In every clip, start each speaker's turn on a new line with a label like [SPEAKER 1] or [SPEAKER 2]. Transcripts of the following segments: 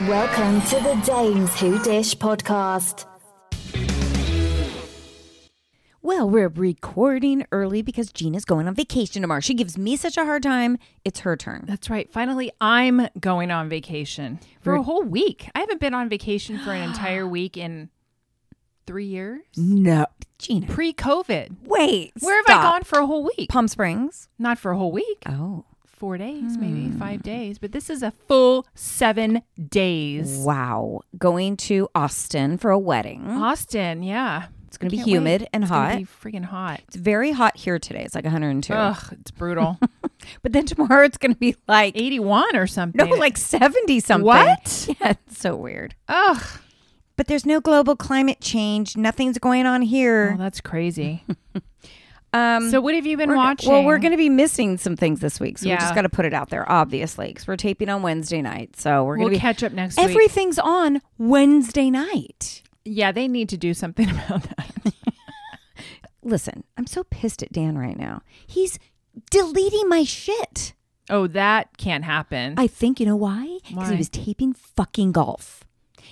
[SPEAKER 1] Welcome to the Dames Who Dish podcast.
[SPEAKER 2] Well, we're recording early because Gina's going on vacation tomorrow. She gives me such a hard time. It's her turn.
[SPEAKER 3] That's right. Finally, I'm going on vacation for a whole week. I haven't been on vacation for an entire week in three years.
[SPEAKER 2] No. Gina.
[SPEAKER 3] Pre COVID.
[SPEAKER 2] Wait.
[SPEAKER 3] Where have I
[SPEAKER 2] stop.
[SPEAKER 3] gone for a whole week?
[SPEAKER 2] Palm Springs.
[SPEAKER 3] Not for a whole week.
[SPEAKER 2] Oh.
[SPEAKER 3] Four days,
[SPEAKER 2] Hmm.
[SPEAKER 3] maybe five days. But this is a full seven days.
[SPEAKER 2] Wow. Going to Austin for a wedding.
[SPEAKER 3] Austin, yeah. It's
[SPEAKER 2] gonna be humid and hot.
[SPEAKER 3] It's gonna be freaking hot.
[SPEAKER 2] It's very hot here today. It's like 102.
[SPEAKER 3] Ugh, it's brutal.
[SPEAKER 2] But then tomorrow it's going to be like,
[SPEAKER 3] 81 or something.
[SPEAKER 2] no, like 70 something.
[SPEAKER 3] What?
[SPEAKER 2] Yeah, it's so weird.
[SPEAKER 3] Ugh.
[SPEAKER 2] But there's no global climate change. Nothing's going on
[SPEAKER 3] Oh,
[SPEAKER 2] here.
[SPEAKER 3] that's crazy.
[SPEAKER 2] Um,
[SPEAKER 3] so what have you been
[SPEAKER 2] We're go-
[SPEAKER 3] watching?
[SPEAKER 2] Well, we're going to be missing some things this week, so we just
[SPEAKER 3] Yeah.
[SPEAKER 2] got to put it out there, obviously, because we're taping on Wednesday night. So we're
[SPEAKER 3] we'll
[SPEAKER 2] going to be
[SPEAKER 3] catch up next week.
[SPEAKER 2] everything's on Wednesday night.
[SPEAKER 3] Yeah, they need to do something about that.
[SPEAKER 2] Listen, I'm so pissed at Dan right now. He's deleting my shit.
[SPEAKER 3] Oh, that can't happen.
[SPEAKER 2] I think you know why? Because he
[SPEAKER 3] Why? Oh,
[SPEAKER 2] was taping fucking golf,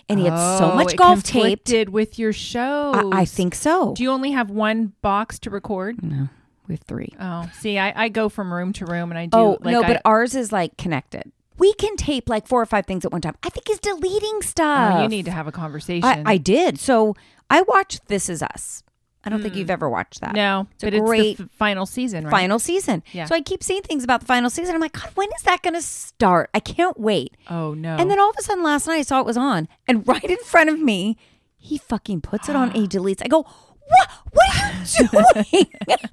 [SPEAKER 2] and he had so much golf taped.
[SPEAKER 3] Did with your show?
[SPEAKER 2] I, I think Mm. so.
[SPEAKER 3] Do you only have one box to record?
[SPEAKER 2] no, we have three.
[SPEAKER 3] Oh, see, I, I go from room to room, and I do.
[SPEAKER 2] oh
[SPEAKER 3] like,
[SPEAKER 2] no,
[SPEAKER 3] I-
[SPEAKER 2] but ours is like connected. We can tape like four or five things at one time. I think he's deleting stuff.
[SPEAKER 3] Oh, you need to have a conversation.
[SPEAKER 2] uh, I, I did. So I watched This Is Us. I don't think you've ever watched that.
[SPEAKER 3] Hmm. no,
[SPEAKER 2] It's a
[SPEAKER 3] but it's
[SPEAKER 2] great
[SPEAKER 3] the f- final season, right?
[SPEAKER 2] final season.
[SPEAKER 3] Yeah.
[SPEAKER 2] So I keep seeing things about the final season. I'm like, God, when is that going to start? I can't wait.
[SPEAKER 3] Oh no,
[SPEAKER 2] And then all of a sudden last night I saw it was on, and right in front of me, he fucking puts it on a deletes. I go, what? What are you doing?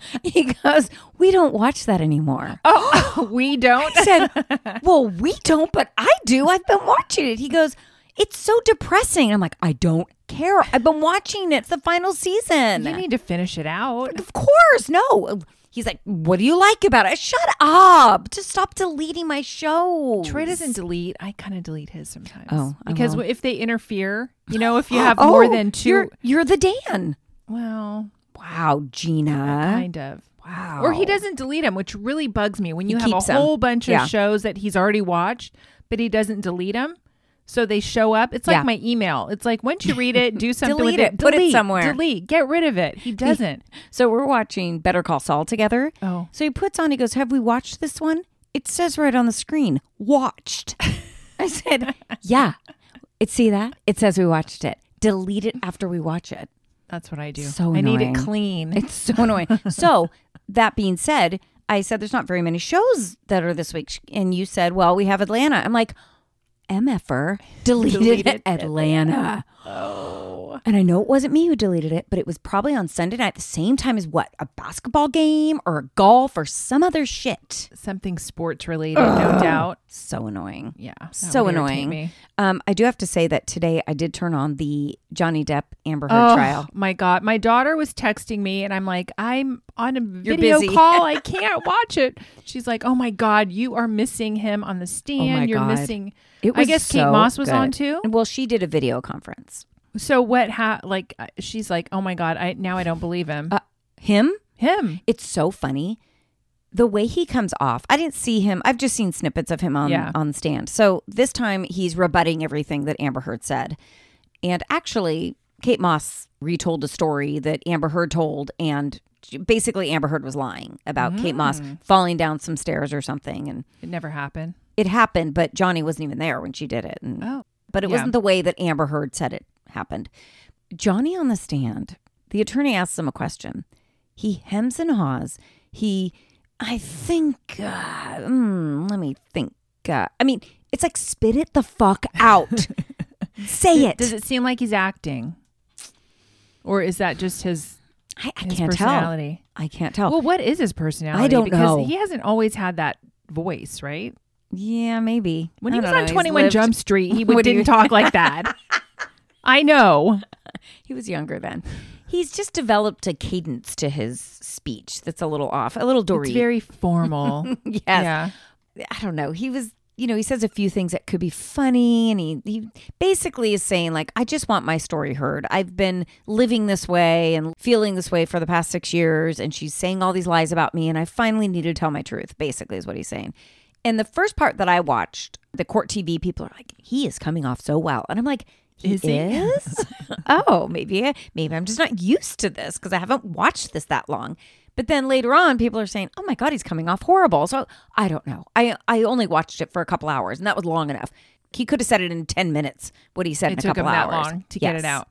[SPEAKER 2] he goes, we don't watch that anymore.
[SPEAKER 3] oh, we don't.
[SPEAKER 2] I said, Well, we don't, but I do. I've been watching it. He goes, It's so depressing. I'm like, I don't care. I've been watching it. It's the final season.
[SPEAKER 3] You need to finish it out.
[SPEAKER 2] of course. No. He's like, What do you like about it? Shut up. Just stop deleting my show.
[SPEAKER 3] Troy doesn't delete. I kind of delete his sometimes.
[SPEAKER 2] Oh, I
[SPEAKER 3] because
[SPEAKER 2] will. Oh,
[SPEAKER 3] if they interfere, you know, if you have more than 2
[SPEAKER 2] You're, you're the Dan.
[SPEAKER 3] well,
[SPEAKER 2] Wow, Gina.
[SPEAKER 3] kind of.
[SPEAKER 2] Wow.
[SPEAKER 3] Or he doesn't delete them, which really bugs me when you have a
[SPEAKER 2] keeps 'em.
[SPEAKER 3] whole bunch of
[SPEAKER 2] Yeah.
[SPEAKER 3] shows that he's already watched, but he doesn't delete them. So they show up. It's like
[SPEAKER 2] Yeah.
[SPEAKER 3] my email. It's like once you read it, do something
[SPEAKER 2] Delete
[SPEAKER 3] with it.
[SPEAKER 2] it. Put it
[SPEAKER 3] Delete,
[SPEAKER 2] somewhere.
[SPEAKER 3] Delete. Get rid of it. He doesn't.
[SPEAKER 2] So we're watching Better Call Saul together.
[SPEAKER 3] Oh.
[SPEAKER 2] So he puts on, he goes, Have we watched this one? It says right on the screen, watched. I said, Yeah. It see that? It says we watched it. Delete it after we watch it.
[SPEAKER 3] That's what I do.
[SPEAKER 2] So
[SPEAKER 3] I need
[SPEAKER 2] annoying.
[SPEAKER 3] it clean.
[SPEAKER 2] It's so annoying. so that being said, I said there's not very many shows that are this week. And you said, Well, we have Atlanta. I'm like, MFR deleted,
[SPEAKER 3] Deleted
[SPEAKER 2] Atlanta. Oh. And I know it wasn't me who deleted it, but it was probably on Sunday night, the same time as what? A basketball game or a golf or some other shit.
[SPEAKER 3] Something sports related, no doubt.
[SPEAKER 2] So annoying.
[SPEAKER 3] Yeah. that
[SPEAKER 2] So
[SPEAKER 3] would irritate
[SPEAKER 2] annoying.
[SPEAKER 3] me.
[SPEAKER 2] Um, I do have to say that today I did turn on the Johnny Depp Amber Heard
[SPEAKER 3] Oh
[SPEAKER 2] trial.
[SPEAKER 3] my god, my daughter was texting me, and I'm like, I'm on a
[SPEAKER 2] You're
[SPEAKER 3] video
[SPEAKER 2] busy.
[SPEAKER 3] call. I can't watch it. She's like, Oh my god, you are missing him on the stand.
[SPEAKER 2] Oh my
[SPEAKER 3] You're
[SPEAKER 2] God.
[SPEAKER 3] missing.
[SPEAKER 2] It
[SPEAKER 3] I guess Kate
[SPEAKER 2] so
[SPEAKER 3] Moss was on
[SPEAKER 2] good.
[SPEAKER 3] too.
[SPEAKER 2] Well, she did a video conference.
[SPEAKER 3] So what? Ha- like uh, she's like, Oh my god, I now I don't believe him.
[SPEAKER 2] Uh, him?
[SPEAKER 3] him.
[SPEAKER 2] It's so funny. The way he comes off, I didn't see him. I've just seen snippets of him on
[SPEAKER 3] Yeah.
[SPEAKER 2] on stand. So this time he's rebutting everything that Amber Heard said, and actually, Kate Moss retold a story that Amber Heard told, and basically Amber Heard was lying about Kate Moss falling down some stairs or something, and
[SPEAKER 3] It never happened.
[SPEAKER 2] it happened, but Johnny wasn't even there when she did it. And,
[SPEAKER 3] Oh.
[SPEAKER 2] But it
[SPEAKER 3] Yeah.
[SPEAKER 2] wasn't the way that Amber Heard said it happened. Johnny on the stand, the attorney asks him a question. He hems and haws. He, I think, uh, mm, let me think. Uh, I mean, it's like spit it the fuck out. Say it.
[SPEAKER 3] Does it seem like he's acting, or is that just his
[SPEAKER 2] I, I
[SPEAKER 3] his
[SPEAKER 2] can't tell.
[SPEAKER 3] personality?
[SPEAKER 2] I can't tell.
[SPEAKER 3] Well, what is his personality?
[SPEAKER 2] don't
[SPEAKER 3] because
[SPEAKER 2] know.
[SPEAKER 3] He hasn't always had that voice, right?
[SPEAKER 2] yeah, maybe.
[SPEAKER 3] When
[SPEAKER 2] I
[SPEAKER 3] he
[SPEAKER 2] don't
[SPEAKER 3] was
[SPEAKER 2] know.
[SPEAKER 3] on
[SPEAKER 2] He's
[SPEAKER 3] 21
[SPEAKER 2] lived-
[SPEAKER 3] Jump Street, he
[SPEAKER 2] What
[SPEAKER 3] would,
[SPEAKER 2] do you-
[SPEAKER 3] didn't talk like that. I know.
[SPEAKER 2] He was younger then. He's just developed a cadence to his speech that's a little off, a little Dory.
[SPEAKER 3] It's very formal.
[SPEAKER 2] yes.
[SPEAKER 3] yeah.
[SPEAKER 2] I don't know. He was, you know, he says a few things that could be funny, and he he basically is saying like, I just want my story heard. I've been living this way and feeling this way for the past six years, and she's saying all these lies about me, and I finally need to tell my truth. Basically, is what he's saying. And the first part that I watched the court TV people are like, he is coming off so well. And I'm like, he
[SPEAKER 3] Is
[SPEAKER 2] is?
[SPEAKER 3] he?
[SPEAKER 2] oh, maybe maybe I'm just not used to this because I haven't watched this that long. But then later on, people are saying, "Oh my God, he's coming off horrible." So I don't know. I I only watched it for a couple hours, and that was long enough. He could have said it in ten minutes. What he said in
[SPEAKER 3] it
[SPEAKER 2] a
[SPEAKER 3] took him
[SPEAKER 2] couple
[SPEAKER 3] that
[SPEAKER 2] hours
[SPEAKER 3] long to get
[SPEAKER 2] Yes.
[SPEAKER 3] it out.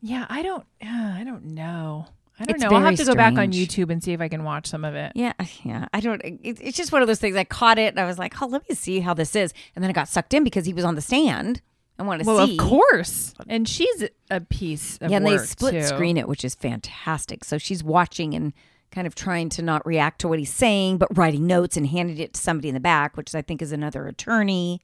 [SPEAKER 3] Yeah, I don't. Uh, I don't know. I don't
[SPEAKER 2] It's
[SPEAKER 3] know. I'll have
[SPEAKER 2] very
[SPEAKER 3] to go back on
[SPEAKER 2] strange.
[SPEAKER 3] YouTube and see if I can watch some of it.
[SPEAKER 2] Yeah, yeah. I don't. It, it's just one of those things. I caught it, and I was like, "Oh, let me see how this is." And then I got sucked in because he was on the stand. I want to
[SPEAKER 3] Well,
[SPEAKER 2] see.
[SPEAKER 3] of course. And she's a piece of
[SPEAKER 2] Yeah, and they
[SPEAKER 3] work,
[SPEAKER 2] split
[SPEAKER 3] too.
[SPEAKER 2] screen it, which is fantastic. So she's watching and kind of trying to not react to what he's saying, but writing notes and handing it to somebody in the back, which I think is another attorney.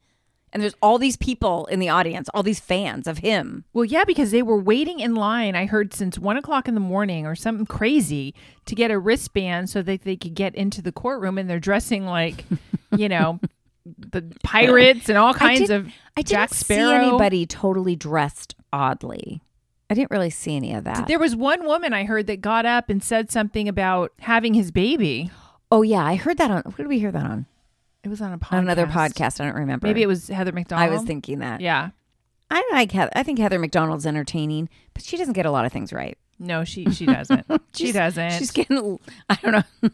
[SPEAKER 2] And there's all these people in the audience, all these fans of him.
[SPEAKER 3] Well, yeah, because they were waiting in line. I heard since one o'clock in the morning or something crazy to get a wristband so that they could get into the courtroom, and they're dressing like, you know, the pirates and all kinds
[SPEAKER 2] did-
[SPEAKER 3] of
[SPEAKER 2] I didn't
[SPEAKER 3] Jack Sparrow.
[SPEAKER 2] see anybody totally dressed oddly. I didn't really see any of that.
[SPEAKER 3] There was one woman I heard that got up and said something about having his baby.
[SPEAKER 2] oh yeah, I heard that on. What did we hear that on?
[SPEAKER 3] It was on a podcast.
[SPEAKER 2] On another podcast. I don't remember.
[SPEAKER 3] Maybe it was Heather McDonald.
[SPEAKER 2] I was thinking that.
[SPEAKER 3] Yeah.
[SPEAKER 2] I like. Heather, I think Heather McDonald's entertaining, but she doesn't get a lot of things right.
[SPEAKER 3] No, she she doesn't. she
[SPEAKER 2] She's-
[SPEAKER 3] doesn't.
[SPEAKER 2] She's getting, I don't know.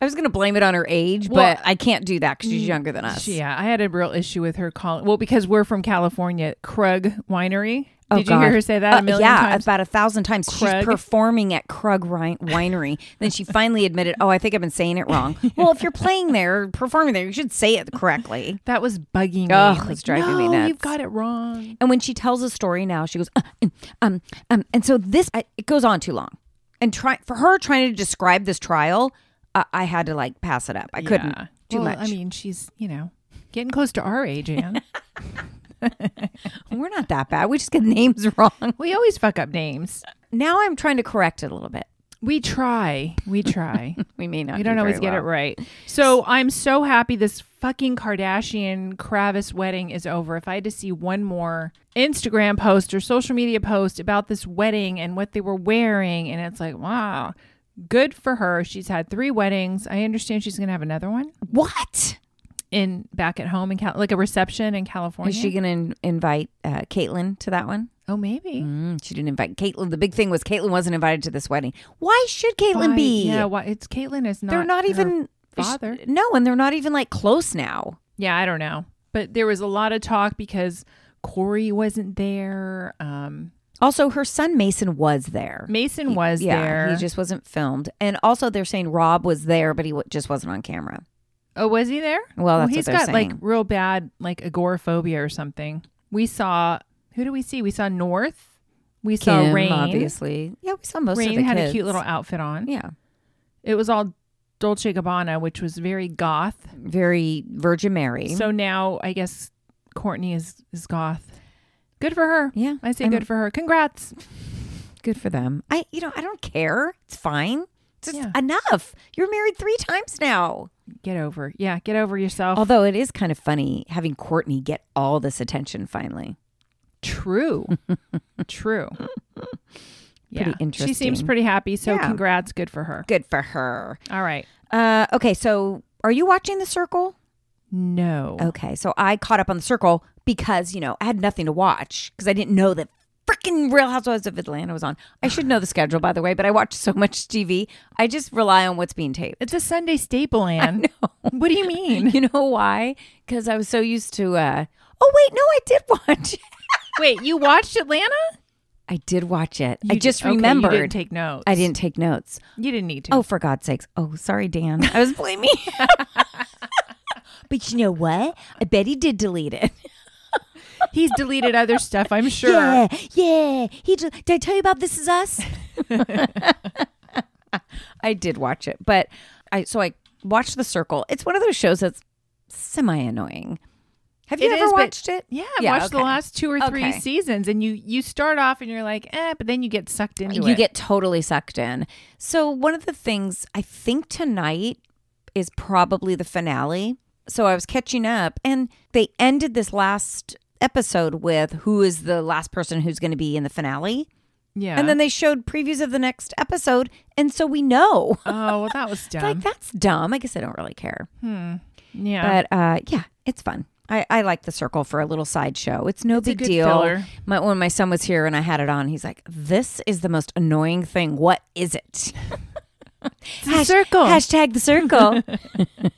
[SPEAKER 2] I was going to blame it on her age,
[SPEAKER 3] Well, mm,
[SPEAKER 2] but I can't do that because she's younger than us.
[SPEAKER 3] She- yeah, I had a real issue with her calling. Well, because we're from California, Krug Winery.
[SPEAKER 2] Oh,
[SPEAKER 3] Did you hear
[SPEAKER 2] God.
[SPEAKER 3] her say that
[SPEAKER 2] Uh,
[SPEAKER 3] a million
[SPEAKER 2] yeah,
[SPEAKER 3] times?
[SPEAKER 2] about a thousand times.
[SPEAKER 3] Krug.
[SPEAKER 2] She's performing at Krug Ri- Winery. then she finally admitted, oh, I think I've been saying it wrong. well, if you're playing there, performing there, you should say it correctly.
[SPEAKER 3] That was bugging me.
[SPEAKER 2] Ugh, it was driving me
[SPEAKER 3] no, You've
[SPEAKER 2] nuts."
[SPEAKER 3] got it wrong.
[SPEAKER 2] And when she tells a story now, she goes, uh, um, um, um, and so this, I, it goes on too long. And try for her trying to describe this trial, uh, I had to like pass it up. I couldn't.
[SPEAKER 3] Yeah.
[SPEAKER 2] Too
[SPEAKER 3] Well,
[SPEAKER 2] much.
[SPEAKER 3] I mean, she's you know getting close to our age, Anne.
[SPEAKER 2] We're not that bad. We just get names wrong.
[SPEAKER 3] we always fuck up names.
[SPEAKER 2] Now I'm trying to correct it a little bit.
[SPEAKER 3] We try. We try.
[SPEAKER 2] We may not.
[SPEAKER 3] We don't always get it right. So I'm so happy this fucking Kardashian Kravis wedding is over. If I had to see one more Instagram post or social media post about this wedding and what they were wearing, and it's like, wow, good for her. She's had three weddings. I understand she's gonna have another one
[SPEAKER 2] What
[SPEAKER 3] in back at home in Cal- like a reception in California.
[SPEAKER 2] is she going to invite uh, Caitlyn to that one?
[SPEAKER 3] oh, maybe.
[SPEAKER 2] Mm, she didn't invite Caitlyn. The big thing was Caitlyn wasn't invited to this wedding. Why should Caitlyn
[SPEAKER 3] Why-
[SPEAKER 2] be?
[SPEAKER 3] Yeah, why, it's Caitlyn is not.
[SPEAKER 2] they're not
[SPEAKER 3] her-
[SPEAKER 2] even
[SPEAKER 3] father.
[SPEAKER 2] sh- No, and they're not even like close now.
[SPEAKER 3] Yeah, I don't know, but there was a lot of talk because Corey wasn't there. Um,
[SPEAKER 2] Also, her son Mason was there.
[SPEAKER 3] Mason was
[SPEAKER 2] yeah,
[SPEAKER 3] there.
[SPEAKER 2] he just wasn't filmed. And also, they're saying Rob was there, but he w- just wasn't on camera.
[SPEAKER 3] Oh, was he there?
[SPEAKER 2] Well, that's what
[SPEAKER 3] he's
[SPEAKER 2] they're
[SPEAKER 3] got like
[SPEAKER 2] saying.
[SPEAKER 3] real bad like agoraphobia or something. We saw who do we see? We saw North. We saw
[SPEAKER 2] Kim,
[SPEAKER 3] Rain.
[SPEAKER 2] obviously. Yeah, we saw most of
[SPEAKER 3] Rain
[SPEAKER 2] the
[SPEAKER 3] had
[SPEAKER 2] kids.
[SPEAKER 3] a cute little outfit on.
[SPEAKER 2] Yeah,
[SPEAKER 3] It was all Dolce Gabbana, which was very goth.
[SPEAKER 2] very Virgin Mary.
[SPEAKER 3] So now I guess Courtney is is goth. Good for her.
[SPEAKER 2] Yeah,
[SPEAKER 3] I say
[SPEAKER 2] I'm-
[SPEAKER 3] good for her. Congrats.
[SPEAKER 2] Good for them. I, you know, I don't care. It's fine. Just
[SPEAKER 3] Yeah.
[SPEAKER 2] enough. You're married three times now.
[SPEAKER 3] Get over. Yeah, get over yourself.
[SPEAKER 2] Although it is kind of funny having Courtney get all this attention finally.
[SPEAKER 3] True. True. Yeah. She seems
[SPEAKER 2] interesting.
[SPEAKER 3] pretty happy. So
[SPEAKER 2] Yeah.
[SPEAKER 3] congrats. Good for her.
[SPEAKER 2] Good for her.
[SPEAKER 3] All right.
[SPEAKER 2] Uh, okay, so are you watching The Circle?
[SPEAKER 3] No.
[SPEAKER 2] Okay, so I caught up on The Circle because you know I had nothing to watch because I didn't know that freaking Real Housewives of Atlanta was on. I should know the schedule by the way, but I watch so much TV. I just rely on what's being taped.
[SPEAKER 3] It's a Sunday staple, Anne. What do you mean?
[SPEAKER 2] You know why? Because I was so used to. uh Oh wait, no, I did watch. it.
[SPEAKER 3] Wait, you watched Atlanta?
[SPEAKER 2] I did watch it. I
[SPEAKER 3] You-
[SPEAKER 2] just
[SPEAKER 3] okay,
[SPEAKER 2] remembered.
[SPEAKER 3] You didn't take notes.
[SPEAKER 2] I didn't take notes.
[SPEAKER 3] You didn't need to.
[SPEAKER 2] Oh, for God's sakes! Oh, sorry, Dan. I was blaming. him. but you know what? I bet he did delete it.
[SPEAKER 3] he's deleted other stuff. I'm sure.
[SPEAKER 2] Yeah, yeah. He del- did. I tell you about This Is Us? I did watch it, but I so I watched The Circle. It's one of those shows that's semi annoying. Have you
[SPEAKER 3] It
[SPEAKER 2] ever
[SPEAKER 3] is, but-
[SPEAKER 2] watched it?
[SPEAKER 3] Yeah, I've watched the
[SPEAKER 2] okay.
[SPEAKER 3] last two or three
[SPEAKER 2] Okay.
[SPEAKER 3] seasons, and you you start off and you're like, eh, but then you get sucked into it.
[SPEAKER 2] you get totally sucked in. So one of the things I think tonight is probably the finale. So I was catching up and they ended this last episode with who is the last person who's going to be in the finale.
[SPEAKER 3] yeah,
[SPEAKER 2] And then they showed previews of the next episode and so we know.
[SPEAKER 3] oh well, that was dumb.
[SPEAKER 2] Like that's dumb. I guess I don't really care.
[SPEAKER 3] yeah,
[SPEAKER 2] But uh yeah, it's fun. I, I like the circle for a little sideshow. It's no
[SPEAKER 3] a
[SPEAKER 2] big
[SPEAKER 3] good
[SPEAKER 2] deal.
[SPEAKER 3] filler.
[SPEAKER 2] My, when my son was here and I had it on, he's like, "This is the most annoying thing. What is it?"
[SPEAKER 3] The circle.
[SPEAKER 2] Hashtag the circle.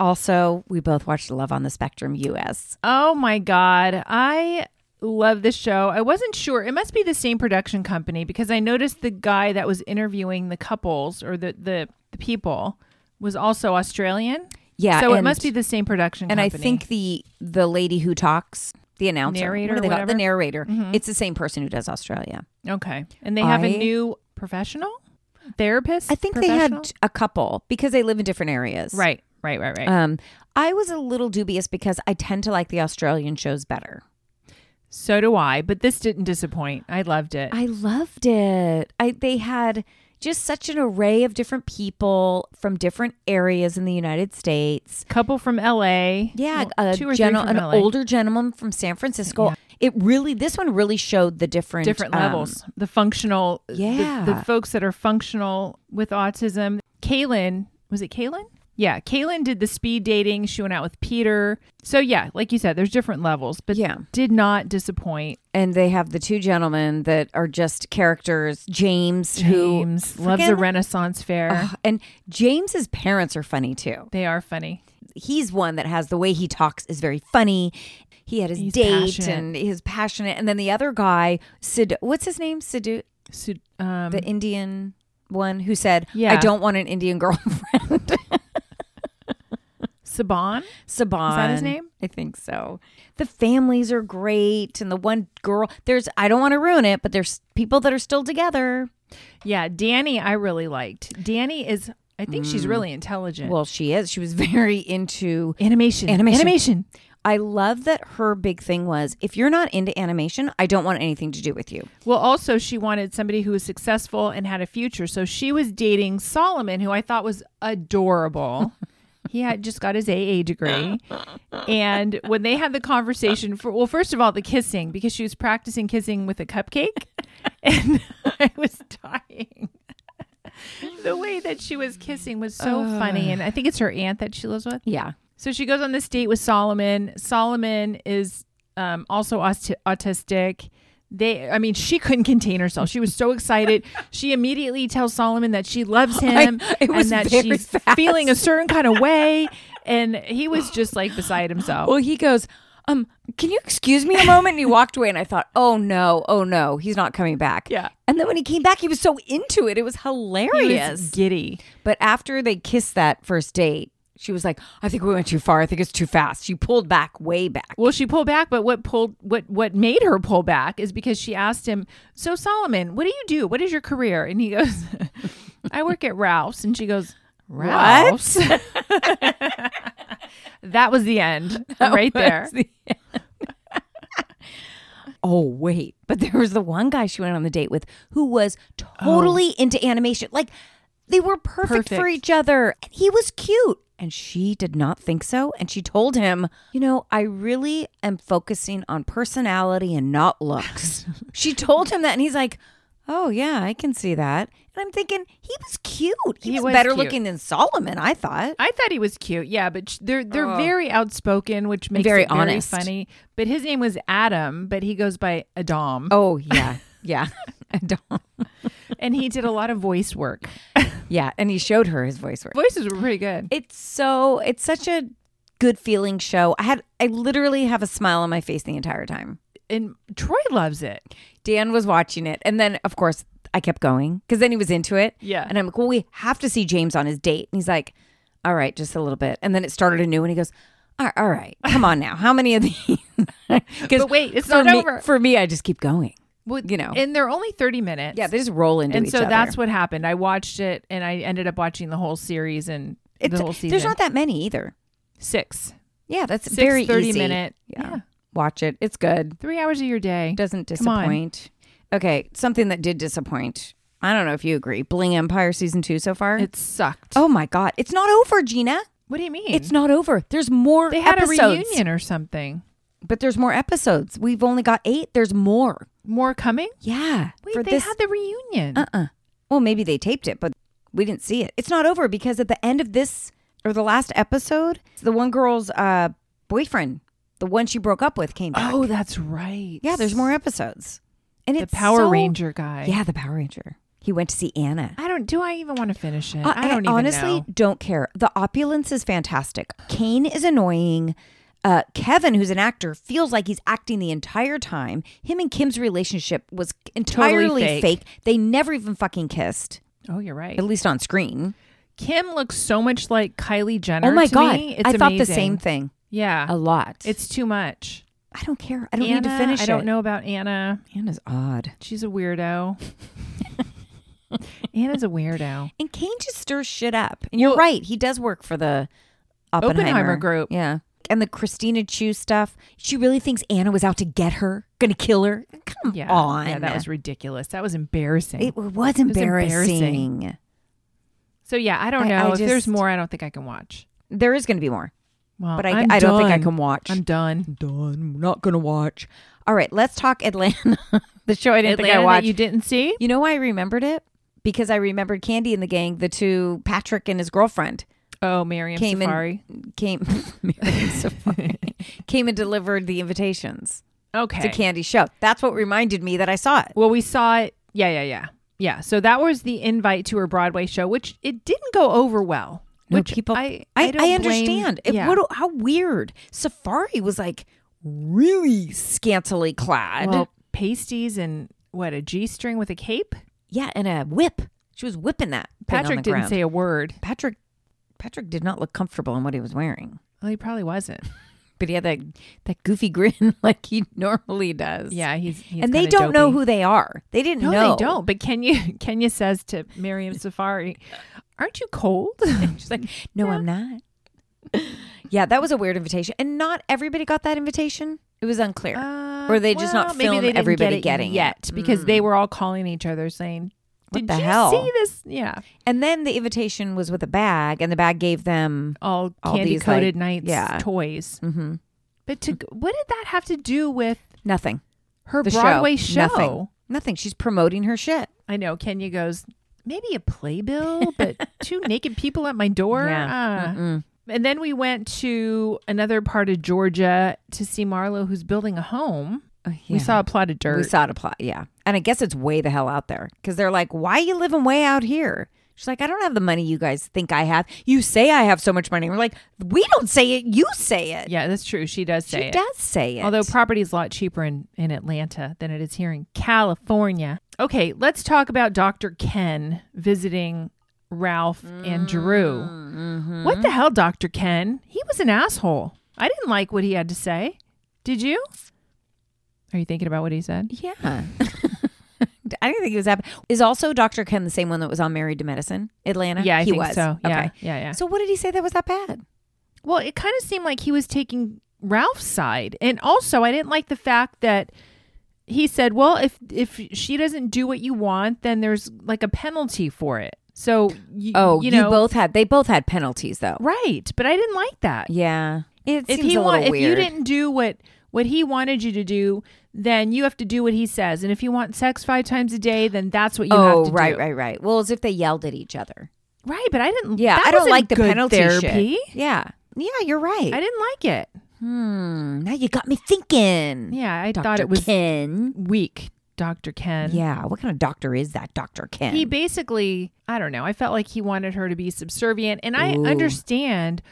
[SPEAKER 2] also, we both watched Love on the Spectrum U.S.
[SPEAKER 3] Oh my God. I love this show. I wasn't sure. It must be the same production company because I noticed the guy that was interviewing the couples or the, the, the people was also Australian.
[SPEAKER 2] Yeah,
[SPEAKER 3] So it
[SPEAKER 2] and-
[SPEAKER 3] must be the same production
[SPEAKER 2] And
[SPEAKER 3] company.
[SPEAKER 2] I think the the lady who talks, the announcer,
[SPEAKER 3] Narrator,
[SPEAKER 2] what do they call it? the
[SPEAKER 3] whatever. Mm-hmm.
[SPEAKER 2] narrator, it's the same person who does Australia.
[SPEAKER 3] Okay. And they have a
[SPEAKER 2] I-
[SPEAKER 3] new professional therapist?
[SPEAKER 2] I think they had
[SPEAKER 3] Professional?
[SPEAKER 2] a couple because they live in different areas.
[SPEAKER 3] Right, right, right, right.
[SPEAKER 2] Um, I was a little dubious because I tend to like the Australian shows better.
[SPEAKER 3] so do I, but this didn't disappoint. I loved it.
[SPEAKER 2] I loved it. I they had just such an array of different people from different areas in the United States.
[SPEAKER 3] Couple from LA.
[SPEAKER 2] Yeah,
[SPEAKER 3] Well,
[SPEAKER 2] a
[SPEAKER 3] two or three
[SPEAKER 2] gentle-
[SPEAKER 3] from
[SPEAKER 2] an
[SPEAKER 3] LA.
[SPEAKER 2] older gentleman from San Francisco. It really this one really showed the different
[SPEAKER 3] different
[SPEAKER 2] um,
[SPEAKER 3] levels. The functional, the-
[SPEAKER 2] Yeah.
[SPEAKER 3] the, folks that are functional with autism. Kaylin, was it Kaylin? Yeah, Kaylin did the speed dating. She went out with Peter. So yeah, like you said, there's different levels, but
[SPEAKER 2] Yeah.
[SPEAKER 3] did not disappoint.
[SPEAKER 2] and they have the two gentlemen that are just characters. James, who Oh.
[SPEAKER 3] James loves a
[SPEAKER 2] friggin-
[SPEAKER 3] Renaissance fair.
[SPEAKER 2] Ugh, and James's parents are funny too.
[SPEAKER 3] they are funny.
[SPEAKER 2] He's one that has the way he talks is very funny. He had his
[SPEAKER 3] He's
[SPEAKER 2] date
[SPEAKER 3] passionate.
[SPEAKER 2] and he's passionate. And then the other guy, Sid, what's his name? Sidhu,
[SPEAKER 3] So, um,
[SPEAKER 2] the Indian one who said, "I
[SPEAKER 3] Yeah.
[SPEAKER 2] don't want an Indian girlfriend."
[SPEAKER 3] Saban.
[SPEAKER 2] Saban.
[SPEAKER 3] his name?
[SPEAKER 2] I think so. The families are great, and the one girl there's I don't want to ruin it, but there's people that are still together.
[SPEAKER 3] Yeah, Danny, I really liked. Danny is, I think she's really intelligent.
[SPEAKER 2] Mm. Well, she is. She was very into.
[SPEAKER 3] animation,
[SPEAKER 2] Animation.
[SPEAKER 3] animation.
[SPEAKER 2] I love that her big thing was if you're not into animation, I don't want anything to do with you.
[SPEAKER 3] Well, also, she wanted somebody who was successful and had a future. So she was dating Solomon, who I thought was adorable. he had just got his AA degree. And when they had the conversation for, well, first of all, the kissing, because she was practicing kissing with a cupcake. and I was dying. the way that she was kissing was so funny. And I think it's her aunt that she lives with.
[SPEAKER 2] Yeah.
[SPEAKER 3] So she goes on this date with Solomon. Solomon is um, also aut- autistic. They, I mean, she couldn't contain herself. She was so excited. she immediately tells Solomon that she loves him
[SPEAKER 2] I- it was
[SPEAKER 3] and that
[SPEAKER 2] very
[SPEAKER 3] she's
[SPEAKER 2] fast.
[SPEAKER 3] feeling a certain kind of way. And he was just like beside himself.
[SPEAKER 2] Well, he goes, um, can you excuse me a moment? And he walked away, and I thought, oh no, oh no, he's not coming back.
[SPEAKER 3] Yeah.
[SPEAKER 2] And then when he came back, he was so into it. It was
[SPEAKER 3] He was
[SPEAKER 2] hilarious.
[SPEAKER 3] giddy.
[SPEAKER 2] But after they kissed that first date, she was like, I think we went too far. I think it's too fast. She pulled back way back.
[SPEAKER 3] Well, she pulled back, but what pulled what what made her pull back is because she asked him, "So Solomon, what do you do? What is your career?" And he goes, "I work at Ralph's." And she goes, "Ralph's." that was the end right there.
[SPEAKER 2] oh, wait. But there was the one guy she went on the date with who was totally into animation. Like they were perfect, for
[SPEAKER 3] Oh. Perfect.
[SPEAKER 2] each other. And he was cute. And she did not think so. And she told him, You know, I really am focusing on personality and not looks. she told him that. And he's like, Oh, yeah, I can see that. And I'm thinking, He was cute. He,
[SPEAKER 3] He
[SPEAKER 2] was,
[SPEAKER 3] was
[SPEAKER 2] better
[SPEAKER 3] cute.
[SPEAKER 2] looking than Solomon, I thought.
[SPEAKER 3] I thought he was cute, yeah, but sh- they're they're very outspoken, which makes
[SPEAKER 2] Oh. very
[SPEAKER 3] it very
[SPEAKER 2] honest.
[SPEAKER 3] funny. But his name was Adam, but he goes by Adam,
[SPEAKER 2] Oh yeah, yeah. I don't.
[SPEAKER 3] and he did a lot of voice work.
[SPEAKER 2] Yeah, and he showed her his voice work.
[SPEAKER 3] Voices were pretty good.
[SPEAKER 2] It's so it's such a good feeling show. I had I literally have a smile on my face the entire time.
[SPEAKER 3] And Troy loves it.
[SPEAKER 2] Dan was watching it, and then of course I kept going because then he was into it.
[SPEAKER 3] Yeah.
[SPEAKER 2] and I'm like, well, we have to see James on his date, and he's like, all right, just a little bit, and then it started anew, and he goes. All all right, come on now. How many of these? Because
[SPEAKER 3] But wait, it's
[SPEAKER 2] for
[SPEAKER 3] not
[SPEAKER 2] me,
[SPEAKER 3] over.
[SPEAKER 2] For me, I just keep going.
[SPEAKER 3] Well,
[SPEAKER 2] you know.
[SPEAKER 3] and they're only thirty minutes.
[SPEAKER 2] Yeah, they just roll into
[SPEAKER 3] and
[SPEAKER 2] each
[SPEAKER 3] so
[SPEAKER 2] other.
[SPEAKER 3] that's what happened. I watched it, and I ended up watching the whole series and
[SPEAKER 2] it's,
[SPEAKER 3] the whole season.
[SPEAKER 2] There's not that many either.
[SPEAKER 3] six,
[SPEAKER 2] Yeah, that's
[SPEAKER 3] six
[SPEAKER 2] very
[SPEAKER 3] 30
[SPEAKER 2] easy.
[SPEAKER 3] minute.
[SPEAKER 2] Yeah.
[SPEAKER 3] Yeah.
[SPEAKER 2] Watch it. It's good.
[SPEAKER 3] three hours of your day.
[SPEAKER 2] It doesn't
[SPEAKER 3] Come on.
[SPEAKER 2] disappoint. Okay, something that did disappoint. I don't know if you agree. Bling Empire season 2 so far?
[SPEAKER 3] It sucked.
[SPEAKER 2] oh my god, it's not over, Gina.
[SPEAKER 3] what do you mean?
[SPEAKER 2] It's not over. There's more
[SPEAKER 3] they had
[SPEAKER 2] episodes.
[SPEAKER 3] a reunion or something.
[SPEAKER 2] But there's more episodes. We've only got 8. There's more.
[SPEAKER 3] More coming.
[SPEAKER 2] Yeah.
[SPEAKER 3] Wait,
[SPEAKER 2] for
[SPEAKER 3] they
[SPEAKER 2] this
[SPEAKER 3] had the reunion.
[SPEAKER 2] uh-uh. Well, maybe they taped it, but we didn't see it. It's not over because at the end of this or the last episode, the one girl's uh boyfriend, the one she broke up with, came back.
[SPEAKER 3] Oh, that's right.
[SPEAKER 2] yeah, there's more episodes. And
[SPEAKER 3] The
[SPEAKER 2] it's
[SPEAKER 3] Power
[SPEAKER 2] so-
[SPEAKER 3] Ranger guy.
[SPEAKER 2] Yeah, the Power Ranger. He went to see Anna.
[SPEAKER 3] I don't. Do I even want to finish it?
[SPEAKER 2] Uh,
[SPEAKER 3] I don't even
[SPEAKER 2] honestly
[SPEAKER 3] know.
[SPEAKER 2] don't care. The opulence is fantastic. Kane is annoying. Uh, Kevin, who's an actor, feels like he's acting the entire time. Him and Kim's relationship was entirely
[SPEAKER 3] fake.
[SPEAKER 2] fake. They never even fucking kissed,
[SPEAKER 3] Oh, you're right.
[SPEAKER 2] at least on screen.
[SPEAKER 3] Kim looks so much like Kylie Jenner.
[SPEAKER 2] oh my
[SPEAKER 3] to
[SPEAKER 2] god,
[SPEAKER 3] me. It's
[SPEAKER 2] I thought the
[SPEAKER 3] amazing.
[SPEAKER 2] same thing
[SPEAKER 3] Yeah,
[SPEAKER 2] a lot.
[SPEAKER 3] it's too much.
[SPEAKER 2] I don't care. I don't need to
[SPEAKER 3] Anna,
[SPEAKER 2] finish.
[SPEAKER 3] I don't
[SPEAKER 2] it.
[SPEAKER 3] know about Anna.
[SPEAKER 2] Anna's odd,
[SPEAKER 3] She's a weirdo. Anna's a weirdo.
[SPEAKER 2] and Kane just stirs shit up. And you're right, he does work for the Oppenheimer,
[SPEAKER 3] Oppenheimer group.
[SPEAKER 2] Yeah, and the Christina Chu stuff. She really thinks Anna was out to get her, gonna kill her. Come
[SPEAKER 3] Yeah,
[SPEAKER 2] on,
[SPEAKER 3] yeah, that was ridiculous. That was embarrassing.
[SPEAKER 2] It was
[SPEAKER 3] was embarrassing.
[SPEAKER 2] embarrassing.
[SPEAKER 3] so yeah, I don't
[SPEAKER 2] I- I
[SPEAKER 3] know. if there's
[SPEAKER 2] just-
[SPEAKER 3] more, I don't think I can watch.
[SPEAKER 2] There is going to be more,
[SPEAKER 3] Well,
[SPEAKER 2] but I,
[SPEAKER 3] I'm
[SPEAKER 2] I don't think I
[SPEAKER 3] done.
[SPEAKER 2] can watch.
[SPEAKER 3] I'm done.
[SPEAKER 2] done. I'm not going to watch. All right, let's talk Atlanta, the show I didn't think I
[SPEAKER 3] that
[SPEAKER 2] watched.
[SPEAKER 3] you
[SPEAKER 2] You,
[SPEAKER 3] didn't see.
[SPEAKER 2] know why I remembered it? Because I remembered Candy and the gang, the two Patrick and his girlfriend
[SPEAKER 3] Oh, Miriam
[SPEAKER 2] Came in-
[SPEAKER 3] Safari.
[SPEAKER 2] came so funny. came and delivered the invitations
[SPEAKER 3] okay.
[SPEAKER 2] to Candy's show. That's what reminded me that I saw it.
[SPEAKER 3] Well, we saw it. Yeah, yeah, yeah. Yeah. So that was the invite to her Broadway show, which it didn't go over well.
[SPEAKER 2] No,
[SPEAKER 3] which
[SPEAKER 2] people-
[SPEAKER 3] I,
[SPEAKER 2] I,
[SPEAKER 3] I,
[SPEAKER 2] I,
[SPEAKER 3] don't blame-
[SPEAKER 2] understand. It,
[SPEAKER 3] yeah.
[SPEAKER 2] what, a- how weird. Safari was like really scantily clad.
[SPEAKER 3] well, pasties and what, a G string with a cape?
[SPEAKER 2] Yeah, and a whip. She was whipping that. thing on
[SPEAKER 3] Patrick
[SPEAKER 2] the
[SPEAKER 3] didn't
[SPEAKER 2] ground.
[SPEAKER 3] say a word.
[SPEAKER 2] Patrick. Patrick did not look comfortable in what he was wearing,
[SPEAKER 3] Well, he probably wasn't.
[SPEAKER 2] but he had that that goofy grin like he normally does.
[SPEAKER 3] Yeah, he's, he's
[SPEAKER 2] and they
[SPEAKER 3] kinda
[SPEAKER 2] don't know
[SPEAKER 3] dopey.
[SPEAKER 2] who they are. They didn't
[SPEAKER 3] No,
[SPEAKER 2] know.
[SPEAKER 3] they don't. But Kenya Kenya says to Miriam Safari, "Aren't you cold?"
[SPEAKER 2] She's like, no, I'm not. yeah, that was a weird invitation, and not everybody got that invitation. It was unclear.
[SPEAKER 3] Uh,
[SPEAKER 2] Or they just not
[SPEAKER 3] maybe
[SPEAKER 2] film
[SPEAKER 3] they didn't
[SPEAKER 2] everybody
[SPEAKER 3] get it
[SPEAKER 2] getting it. Mm.
[SPEAKER 3] yet because they were all calling each other saying,
[SPEAKER 2] What
[SPEAKER 3] "Did
[SPEAKER 2] the
[SPEAKER 3] you
[SPEAKER 2] hell?"
[SPEAKER 3] see this?" Yeah,
[SPEAKER 2] and then the invitation was with a bag, and the bag gave them.
[SPEAKER 3] all,
[SPEAKER 2] All
[SPEAKER 3] candy
[SPEAKER 2] these, like-
[SPEAKER 3] coated knights
[SPEAKER 2] yeah.
[SPEAKER 3] toys.
[SPEAKER 2] Mm-hmm.
[SPEAKER 3] But to what did that have to do with
[SPEAKER 2] Nothing.
[SPEAKER 3] her
[SPEAKER 2] The
[SPEAKER 3] Broadway
[SPEAKER 2] show.
[SPEAKER 3] show?
[SPEAKER 2] Nothing. Nothing. She's promoting her shit.
[SPEAKER 3] I know Kenya goes maybe a playbill, but two naked people at my door.
[SPEAKER 2] Yeah.
[SPEAKER 3] Uh.
[SPEAKER 2] Mm-mm.
[SPEAKER 3] And then we went to another part of Georgia to see Marlo, who's building a home.
[SPEAKER 2] Oh, yeah.
[SPEAKER 3] We saw a plot of dirt.
[SPEAKER 2] We saw it apply, yeah. And I guess it's way the hell out there because they're like, why you living way out here? She's like, I don't have the money you guys think I have. You say I have so much money. We're like, we don't say it. You say it.
[SPEAKER 3] yeah, that's true. She does say
[SPEAKER 2] she
[SPEAKER 3] it.
[SPEAKER 2] does say it.
[SPEAKER 3] Although property is a lot cheaper in, in Atlanta than it is here in California. Okay, let's talk about Dr. Ken visiting Ralph and Drew.
[SPEAKER 2] Mm-hmm.
[SPEAKER 3] What the hell, Dr. Ken? He was an asshole. I didn't like what he had to say. Did you? Are you thinking about what he said?
[SPEAKER 2] yeah. I didn't think he was happy. Is also Dr. Ken the same one that was on Married to Medicine, Atlanta?
[SPEAKER 3] Yeah, I
[SPEAKER 2] he
[SPEAKER 3] think
[SPEAKER 2] was.
[SPEAKER 3] so. Yeah,
[SPEAKER 2] Okay.
[SPEAKER 3] yeah, yeah.
[SPEAKER 2] So what did he say that was that bad?
[SPEAKER 3] Well, it kind of seemed like he was taking Ralph's side. And also, I didn't like the fact that he said, "Well, if if she doesn't do what you want, then there's like a penalty for it." So, you,
[SPEAKER 2] Oh,
[SPEAKER 3] you know,
[SPEAKER 2] both had they both had penalties though.
[SPEAKER 3] right, but I didn't like that.
[SPEAKER 2] Yeah. It
[SPEAKER 3] if
[SPEAKER 2] seems
[SPEAKER 3] he
[SPEAKER 2] a
[SPEAKER 3] want,
[SPEAKER 2] little
[SPEAKER 3] if you
[SPEAKER 2] weird.
[SPEAKER 3] didn't do what what he wanted you to do, then you have to do what he says. And if you want sex five times a day, then that's what you
[SPEAKER 2] oh,
[SPEAKER 3] have to
[SPEAKER 2] right,
[SPEAKER 3] do.
[SPEAKER 2] right, right. Well, as if they yelled at each other.
[SPEAKER 3] right. But I didn't.
[SPEAKER 2] Yeah,
[SPEAKER 3] that
[SPEAKER 2] I don't
[SPEAKER 3] wasn't
[SPEAKER 2] like the
[SPEAKER 3] good
[SPEAKER 2] penalty
[SPEAKER 3] therapy.
[SPEAKER 2] shit. Yeah, yeah, you're right.
[SPEAKER 3] I didn't like it.
[SPEAKER 2] hmm. Now you got me thinking.
[SPEAKER 3] Yeah, I
[SPEAKER 2] Dr.
[SPEAKER 3] thought it was
[SPEAKER 2] Ken.
[SPEAKER 3] weak, Doctor Ken.
[SPEAKER 2] Yeah, what kind of doctor is that, Doctor Ken?
[SPEAKER 3] He basically, I don't know. I felt like he wanted her to be subservient, and I
[SPEAKER 2] Ooh.
[SPEAKER 3] understand.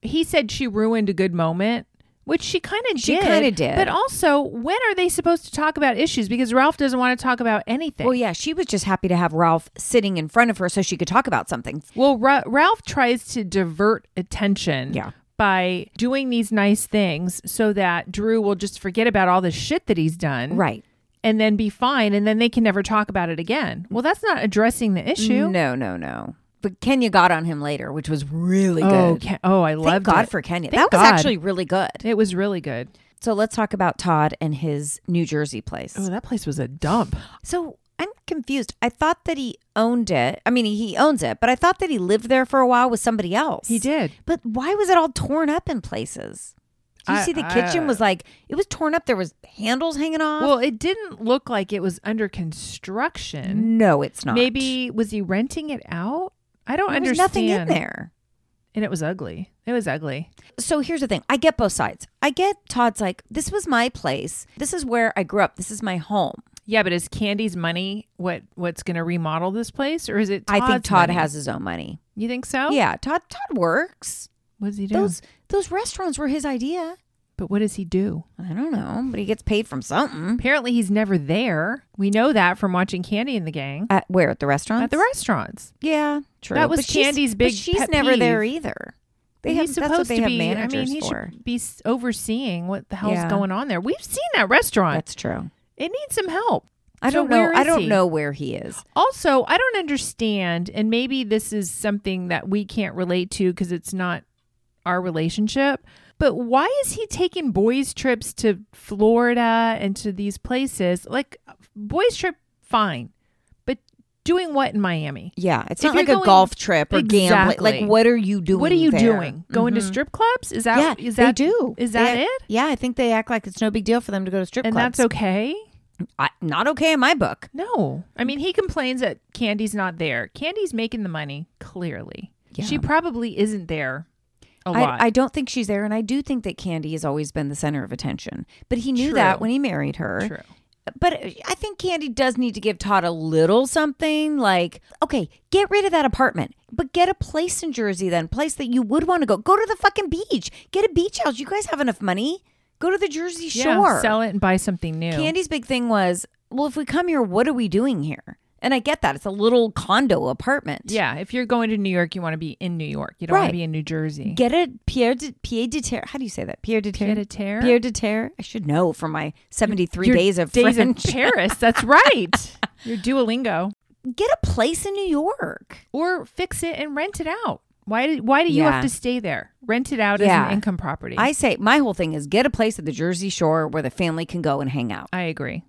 [SPEAKER 3] He said she ruined a good moment, which she kind of did.
[SPEAKER 2] She kinda did.
[SPEAKER 3] But also, when are they supposed to talk about issues? Because Ralph doesn't want to talk about anything.
[SPEAKER 2] well,
[SPEAKER 3] Well,
[SPEAKER 2] yeah, she was just happy to have Ralph sitting in front of her so she could talk about something.
[SPEAKER 3] Ra- Ralph tries to divert attention.
[SPEAKER 2] Yeah.
[SPEAKER 3] By doing these nice things so that Drew will just forget about all the shit that he's done.
[SPEAKER 2] Right.
[SPEAKER 3] And then be fine. And then they can never talk about it again. Well, that's not addressing the issue.
[SPEAKER 2] No, no, no. But Kenya got on him later, which was really good.
[SPEAKER 3] Oh, Ken- oh, I
[SPEAKER 2] Thank
[SPEAKER 3] loved
[SPEAKER 2] God
[SPEAKER 3] it.
[SPEAKER 2] for Kenya.
[SPEAKER 3] Thank
[SPEAKER 2] that was
[SPEAKER 3] God.
[SPEAKER 2] actually really good.
[SPEAKER 3] It was really good.
[SPEAKER 2] So let's talk about Todd and his New Jersey place.
[SPEAKER 3] Oh, that place was a dump.
[SPEAKER 2] So I'm confused. I thought that he owned it. I mean, he owns it, but I thought that he lived there for a while with somebody else.
[SPEAKER 3] did.
[SPEAKER 2] But why was it all torn up in places? Do you
[SPEAKER 3] I-
[SPEAKER 2] see the
[SPEAKER 3] I-
[SPEAKER 2] kitchen was like it was torn up. There was handles hanging off.
[SPEAKER 3] Uh, Well, it didn't look like it was under construction.
[SPEAKER 2] no, it's not.
[SPEAKER 3] Maybe was he renting it out? I don't
[SPEAKER 2] there was
[SPEAKER 3] understand.
[SPEAKER 2] nothing in there.
[SPEAKER 3] and it was ugly. It was ugly.
[SPEAKER 2] So here's the thing I get both sides. I get Todd's like, this was my place. This is where I grew up. This is my home.
[SPEAKER 3] Yeah, but is Candy's money what what's going to remodel this place, or is it?
[SPEAKER 2] I think
[SPEAKER 3] Todd's
[SPEAKER 2] Todd
[SPEAKER 3] money? Oh.
[SPEAKER 2] has his own money.
[SPEAKER 3] You think so?
[SPEAKER 2] Yeah, Todd Todd works.
[SPEAKER 3] What does he do?
[SPEAKER 2] Those those restaurants were his idea.
[SPEAKER 3] but what does he do?
[SPEAKER 2] I don't know, but he gets paid from something.
[SPEAKER 3] Apparently, he's never there. We know that from watching Candy and the Gang
[SPEAKER 2] At where at the restaurant?
[SPEAKER 3] at the restaurants.
[SPEAKER 2] Yeah, true.
[SPEAKER 3] That was
[SPEAKER 2] But she's-
[SPEAKER 3] Candy's
[SPEAKER 2] but
[SPEAKER 3] big
[SPEAKER 2] she's
[SPEAKER 3] pet
[SPEAKER 2] never there
[SPEAKER 3] peeve.
[SPEAKER 2] either. They
[SPEAKER 3] And
[SPEAKER 2] have
[SPEAKER 3] he's
[SPEAKER 2] that's
[SPEAKER 3] supposed
[SPEAKER 2] what they
[SPEAKER 3] to
[SPEAKER 2] have
[SPEAKER 3] be. I
[SPEAKER 2] managers
[SPEAKER 3] mean, he
[SPEAKER 2] for.
[SPEAKER 3] should be s- overseeing what the hell's
[SPEAKER 2] Yeah.
[SPEAKER 3] going on there. We've seen that restaurant.
[SPEAKER 2] That's true.
[SPEAKER 3] it needs some help.
[SPEAKER 2] I
[SPEAKER 3] So
[SPEAKER 2] don't know.
[SPEAKER 3] where
[SPEAKER 2] I
[SPEAKER 3] is
[SPEAKER 2] don't
[SPEAKER 3] he?
[SPEAKER 2] know where he is.
[SPEAKER 3] Also, I don't understand, and maybe this is something that we can't relate to because it's not our relationship, but why is he taking boys' trips to Florida and to these places? Like, boys' trip, fine, but doing what in Miami?
[SPEAKER 2] Yeah, it's
[SPEAKER 3] If
[SPEAKER 2] not
[SPEAKER 3] you're
[SPEAKER 2] like a
[SPEAKER 3] going-
[SPEAKER 2] golf trip or gambling.
[SPEAKER 3] Exactly.
[SPEAKER 2] Like, what are you doing?
[SPEAKER 3] what are you
[SPEAKER 2] there?
[SPEAKER 3] doing? Going to
[SPEAKER 2] Mhm.
[SPEAKER 3] strip clubs? Is
[SPEAKER 2] Yeah,
[SPEAKER 3] that is that
[SPEAKER 2] they do.
[SPEAKER 3] Is
[SPEAKER 2] They
[SPEAKER 3] that
[SPEAKER 2] act-
[SPEAKER 3] it?
[SPEAKER 2] Yeah, I think they act like it's no big deal for them to go to strip
[SPEAKER 3] And
[SPEAKER 2] clubs.
[SPEAKER 3] that's okay?
[SPEAKER 2] I, not okay in my book.
[SPEAKER 3] No. I mean, he complains that Candy's not there. Candy's making the money, clearly.
[SPEAKER 2] Yeah.
[SPEAKER 3] She probably isn't there a lot.
[SPEAKER 2] I, I don't think she's there, and I do think that Candy has always been the center of attention. But he knew
[SPEAKER 3] True.
[SPEAKER 2] that when he married her.
[SPEAKER 3] True.
[SPEAKER 2] But uh, I think Candy does need to give Todd a little something like, okay, get rid of that apartment, but get a place in Jersey then, place that you would want to go. Go to the fucking beach. Get a beach house. You guys have enough money. Go to the Jersey Shore.
[SPEAKER 3] Yeah, sell it and buy something new.
[SPEAKER 2] Candy's big thing was, well, if we come here, what are we doing here? And I get that. It's a little condo apartment.
[SPEAKER 3] yeah, if you're going to New York, you want to be in New York. You don't want
[SPEAKER 2] Right.
[SPEAKER 3] to be in New Jersey.
[SPEAKER 2] Get a Pierre de, Pierre de Terre. How do you say that? Pierre de Terre.
[SPEAKER 3] Pied a terre?
[SPEAKER 2] Pierre de Terre. I should know from my 73
[SPEAKER 3] Your
[SPEAKER 2] days of
[SPEAKER 3] days in
[SPEAKER 2] French.
[SPEAKER 3] Paris. That's right. Your Duolingo,
[SPEAKER 2] Get a place in New York.
[SPEAKER 3] or fix it and rent it out. Why? Do, why do you
[SPEAKER 2] Yeah.
[SPEAKER 3] have to stay there? Rent it out as
[SPEAKER 2] Yeah.
[SPEAKER 3] an income property.
[SPEAKER 2] I say my whole thing is get a place at the Jersey Shore where the family can go and hang out.
[SPEAKER 3] I agree.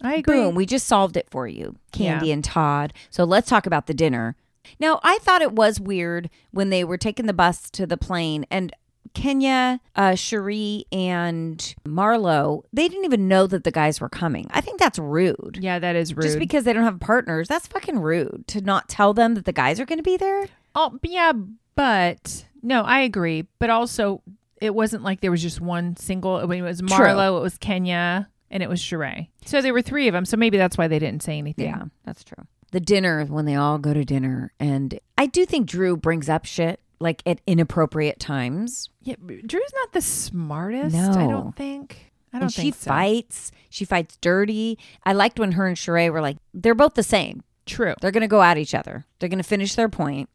[SPEAKER 3] I agree.
[SPEAKER 2] Boom, we just solved it for you, Candy
[SPEAKER 3] Yeah.
[SPEAKER 2] and Todd. So let's talk about the dinner. Now, I thought it was weird when they were taking the bus to the plane and Kenya, uh, Cherie, and Marlo, they didn't even know that the guys were coming. I think that's rude.
[SPEAKER 3] Yeah, that is rude.
[SPEAKER 2] Just because they don't have partners, that's fucking rude to not tell them that the guys are going to be there.
[SPEAKER 3] oh, yeah, but no, I agree. But also, it wasn't like there was just one single. I mean, it was Marlo, it was Kenya, and it was Sheree. So there were three of them. So maybe that's why they didn't say anything.
[SPEAKER 2] that's true. The dinner when they all go to dinner, and I do think Drew brings up shit like at inappropriate times.
[SPEAKER 3] Yeah, but Drew's not the smartest. I
[SPEAKER 2] No.
[SPEAKER 3] don't think. I don't
[SPEAKER 2] And she
[SPEAKER 3] think so.
[SPEAKER 2] fights. She fights dirty. I liked when her and Sheree were like, they're both the same.
[SPEAKER 3] True.
[SPEAKER 2] They're gonna go at each other. They're gonna finish their point.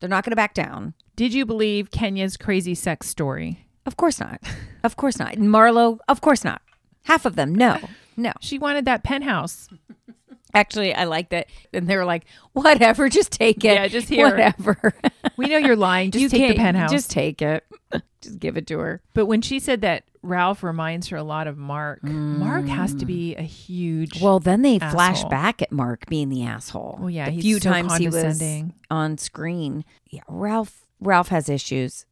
[SPEAKER 2] They're not gonna back down.
[SPEAKER 3] Did you believe Kenya's crazy sex story?
[SPEAKER 2] Of course not. Of course not. And Marlo, of course not. Half of them, no. No.
[SPEAKER 3] She wanted that penthouse.
[SPEAKER 2] Actually, I liked it. And they were like, whatever, just take it.
[SPEAKER 3] Yeah, just here.
[SPEAKER 2] Whatever.
[SPEAKER 3] We know you're lying. Just take the
[SPEAKER 2] can't-
[SPEAKER 3] penthouse.
[SPEAKER 2] Just take it. Just give it to her.
[SPEAKER 3] but when she said that Ralph reminds her a lot of Mark, Mark has to be a huge.
[SPEAKER 2] Mm. Well, then they flash
[SPEAKER 3] Asshole.
[SPEAKER 2] back at Mark being the asshole.
[SPEAKER 3] Well, yeah,
[SPEAKER 2] the
[SPEAKER 3] he's
[SPEAKER 2] few
[SPEAKER 3] so
[SPEAKER 2] times he was
[SPEAKER 3] condescending.
[SPEAKER 2] on screen. Yeah, Ralph. Ralph has issues.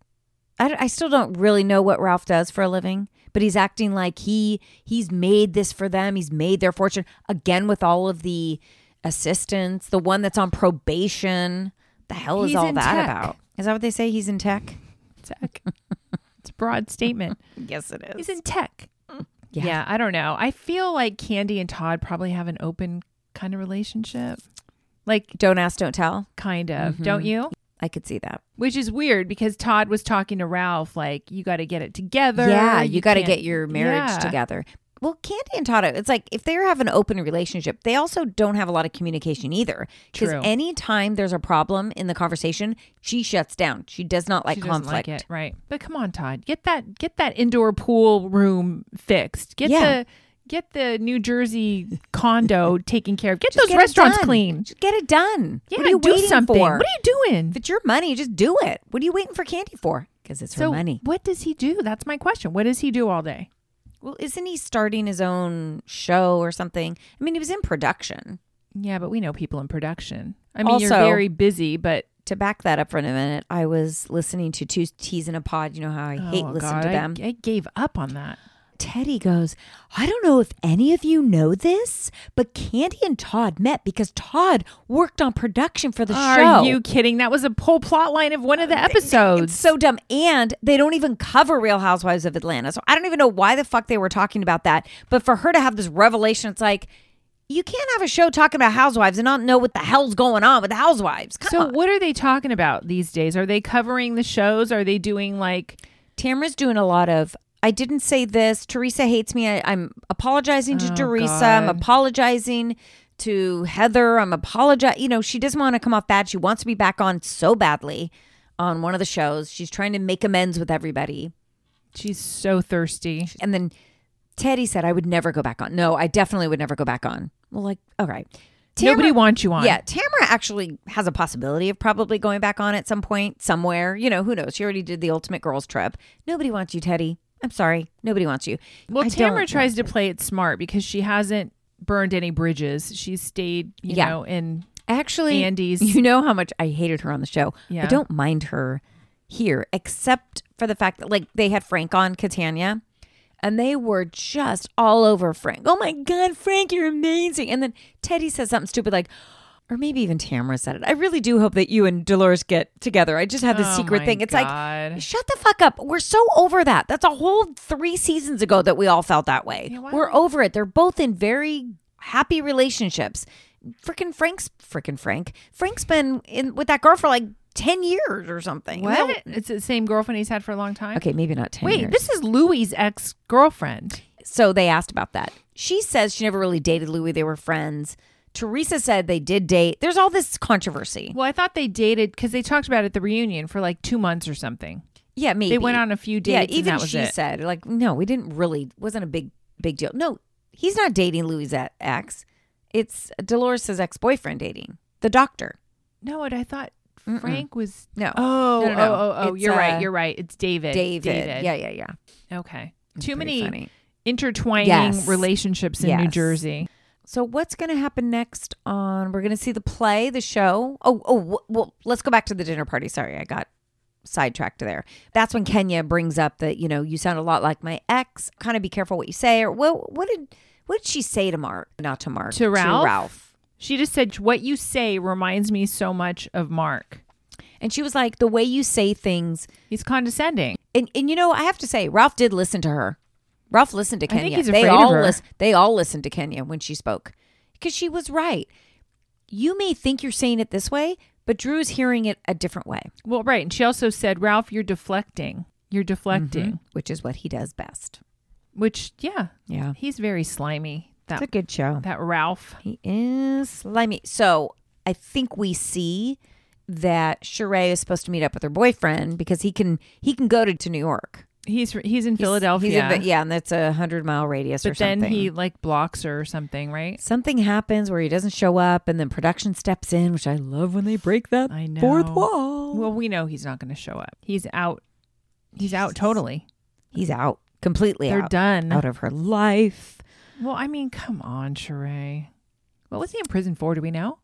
[SPEAKER 2] I, don't- I still don't really know what Ralph does for a living, but he's acting like he he's made this for them. He's made their fortune again with all of the assistants. The one that's on probation. The hell is
[SPEAKER 3] He's
[SPEAKER 2] all
[SPEAKER 3] in
[SPEAKER 2] that
[SPEAKER 3] tech.
[SPEAKER 2] about? Is that what they say? He's in tech.
[SPEAKER 3] tech. it's a broad statement.
[SPEAKER 2] Yes, it is.
[SPEAKER 3] He's in tech.
[SPEAKER 2] Yeah.
[SPEAKER 3] Mm. yeah, I don't know. I feel like Candy and Todd probably have an open kind of relationship. Like,
[SPEAKER 2] don't ask, don't tell.
[SPEAKER 3] kind of,
[SPEAKER 2] Mm-hmm.
[SPEAKER 3] don't you?
[SPEAKER 2] I could see that.
[SPEAKER 3] Which is weird because Todd was talking to Ralph like, "You got to get it together.
[SPEAKER 2] Yeah, you, got to
[SPEAKER 3] can't-
[SPEAKER 2] get your marriage
[SPEAKER 3] Yeah.
[SPEAKER 2] together. Well, Candy and Todd, it's like if they have an open relationship, they also don't have a lot of communication either. Because
[SPEAKER 3] True.
[SPEAKER 2] anytime there's a problem in the conversation, she shuts down. She does not like
[SPEAKER 3] She doesn't
[SPEAKER 2] conflict.
[SPEAKER 3] like it, right? But come on, Todd, get that get that indoor pool room fixed. Get
[SPEAKER 2] Yeah.
[SPEAKER 3] the get the New Jersey condo taken care of. Get
[SPEAKER 2] Just
[SPEAKER 3] those
[SPEAKER 2] get it
[SPEAKER 3] restaurants
[SPEAKER 2] done.
[SPEAKER 3] clean.
[SPEAKER 2] Just get it done.
[SPEAKER 3] Yeah,
[SPEAKER 2] what are you
[SPEAKER 3] do
[SPEAKER 2] waiting
[SPEAKER 3] something.
[SPEAKER 2] for?
[SPEAKER 3] What are you doing?
[SPEAKER 2] if it's your money, just do it. What are you waiting for Candy for? Because it's her
[SPEAKER 3] so
[SPEAKER 2] money.
[SPEAKER 3] what does he do? That's my question. What does he do all day?
[SPEAKER 2] Well, isn't he starting his own show or something? I mean, he was in production.
[SPEAKER 3] Yeah, but we know people in production. I mean, you're
[SPEAKER 2] Also-
[SPEAKER 3] very busy, but
[SPEAKER 2] To back that up for a minute, I was listening to Two Teas in a Pod. You know how I hate
[SPEAKER 3] Oh,
[SPEAKER 2] listening
[SPEAKER 3] God,
[SPEAKER 2] to them.
[SPEAKER 3] I, I gave up on that.
[SPEAKER 2] Teddy goes, I don't know if any of you know this, but Candy and Todd met because Todd worked on production for the show.
[SPEAKER 3] Are you kidding? That was a whole plot line of one of the episodes.
[SPEAKER 2] It's so dumb. And they don't even cover Real Housewives of Atlanta. So I don't even know why the fuck they were talking about that. But for her to have this revelation, it's like, you can't have a show talking about housewives and not know what the hell's going on with the housewives. Come
[SPEAKER 3] So
[SPEAKER 2] on.
[SPEAKER 3] what are they talking about these days? Are they covering the shows? Are they doing like
[SPEAKER 2] Tamra's doing a lot of. I didn't say this. Teresa hates me. I, I'm apologizing to
[SPEAKER 3] Oh,
[SPEAKER 2] Teresa. I'm
[SPEAKER 3] God.
[SPEAKER 2] apologizing to Heather. I'm apologizing. You know, she doesn't want to come off bad. She wants to be back on so badly on one of the shows. She's trying to make amends with everybody.
[SPEAKER 3] she's so thirsty?
[SPEAKER 2] And then Teddy said, I would never go back on. No, I definitely would never go back on. Well, like, all right.
[SPEAKER 3] Nobody wants you on.
[SPEAKER 2] Yeah, Tamara actually has a possibility of probably going back on at some point, somewhere. You know, who knows? She already did the ultimate girls trip. Nobody wants you, Teddy. I'm sorry. Nobody wants you.
[SPEAKER 3] Well,
[SPEAKER 2] I don't
[SPEAKER 3] Tamara
[SPEAKER 2] want
[SPEAKER 3] tries to play it smart because she hasn't burned any bridges. She's stayed, you
[SPEAKER 2] Yeah.
[SPEAKER 3] know, in
[SPEAKER 2] Actually,
[SPEAKER 3] Andy's-
[SPEAKER 2] You know how much I hated her on the show. I
[SPEAKER 3] Yeah.
[SPEAKER 2] don't mind her here, except for the fact that like they had Frank on Catania, and they were just all over Frank. Oh my God, Frank, you're amazing! And then Teddy says something stupid like. Or maybe even Tamara said it. I really do hope that you and Dolores get together. I just had this
[SPEAKER 3] Oh
[SPEAKER 2] secret
[SPEAKER 3] my
[SPEAKER 2] thing. It's like,
[SPEAKER 3] God.
[SPEAKER 2] shut the fuck up. We're so over that. That's a whole three seasons ago that we all felt that way.
[SPEAKER 3] why
[SPEAKER 2] We're over it. They're both in very happy relationships. Frickin' Frank's frickin' Frank. Frank's been in with that girl for like ten years or something.
[SPEAKER 3] what? It's the same girlfriend he's had for a long time.
[SPEAKER 2] Okay, maybe not ten.
[SPEAKER 3] Wait,
[SPEAKER 2] years.
[SPEAKER 3] this is Louie's ex girlfriend.
[SPEAKER 2] So they asked about that. She says she never really dated Louis. They were friends. Teresa said they did date. There's all this controversy.
[SPEAKER 3] Well, I thought they dated because they talked about it at the reunion for like two months or something.
[SPEAKER 2] Yeah, maybe
[SPEAKER 3] They went on a few dates.
[SPEAKER 2] Yeah,
[SPEAKER 3] and
[SPEAKER 2] even
[SPEAKER 3] that was
[SPEAKER 2] she
[SPEAKER 3] it.
[SPEAKER 2] said like, no, we didn't really. Wasn't a big big deal. No, he's not dating Louis' ex. It's Dolores' ex boyfriend dating the doctor.
[SPEAKER 3] No, but I thought Frank was.
[SPEAKER 2] No.
[SPEAKER 3] Oh,
[SPEAKER 2] No, no, no.
[SPEAKER 3] oh, oh, oh,
[SPEAKER 2] It's,
[SPEAKER 3] You're
[SPEAKER 2] uh,
[SPEAKER 3] right. You're right. It's David.
[SPEAKER 2] David. Yeah, yeah, yeah.
[SPEAKER 3] Okay. Too
[SPEAKER 2] Pretty
[SPEAKER 3] many
[SPEAKER 2] funny.
[SPEAKER 3] intertwining
[SPEAKER 2] Yes.
[SPEAKER 3] relationships in New
[SPEAKER 2] Yes.
[SPEAKER 3] Jersey.
[SPEAKER 2] So what's going to happen next? On we're going to see the play, the show. Oh, oh, wh- well, let's go back to the dinner party. Sorry, I got sidetracked there. That's when Kenya brings up that you know you sound a lot like my ex. Kind of be careful what you say. Or what? What did? What did she say to Mark? Not to Mark.
[SPEAKER 3] To Ralph?
[SPEAKER 2] Ralph.
[SPEAKER 3] She just said, What you say reminds me so much of Mark.
[SPEAKER 2] And she was like, the way you say things.
[SPEAKER 3] He's condescending.
[SPEAKER 2] And and you know, I have to say, Ralph did listen to her. Ralph listened to
[SPEAKER 3] think
[SPEAKER 2] Kenya.
[SPEAKER 3] he's
[SPEAKER 2] they
[SPEAKER 3] afraid of
[SPEAKER 2] all
[SPEAKER 3] her.
[SPEAKER 2] lis- They all listened to Kenya when she spoke because she was right. You may think you're saying it this way, but Drew's hearing it a different way,
[SPEAKER 3] Well, right. And she also said, Ralph, you're deflecting. You're deflecting,
[SPEAKER 2] which is what he does best.
[SPEAKER 3] which, yeah,
[SPEAKER 2] Mm-hmm. Yeah,
[SPEAKER 3] he's very slimy.
[SPEAKER 2] it's a
[SPEAKER 3] That,
[SPEAKER 2] good show.
[SPEAKER 3] that Ralph.
[SPEAKER 2] He is slimy. So I think we see that Sheree is supposed to meet up with her boyfriend because he can he can go to, to New York.
[SPEAKER 3] He's he's in
[SPEAKER 2] He's- he's
[SPEAKER 3] Philadelphia.
[SPEAKER 2] in the- yeah, and that's a hundred mile radius or
[SPEAKER 3] But then
[SPEAKER 2] something.
[SPEAKER 3] he like blocks her or something, right?
[SPEAKER 2] something happens where he doesn't show up and then production steps in which i love when they break that
[SPEAKER 3] I know.
[SPEAKER 2] fourth wall
[SPEAKER 3] Well, we know he's not going to show up. He's out. He's out totally.
[SPEAKER 2] he's out completely
[SPEAKER 3] They're
[SPEAKER 2] out,
[SPEAKER 3] done.
[SPEAKER 2] out of her life
[SPEAKER 3] Well, I mean, come on, Sheree. What was he in prison for? Do we know?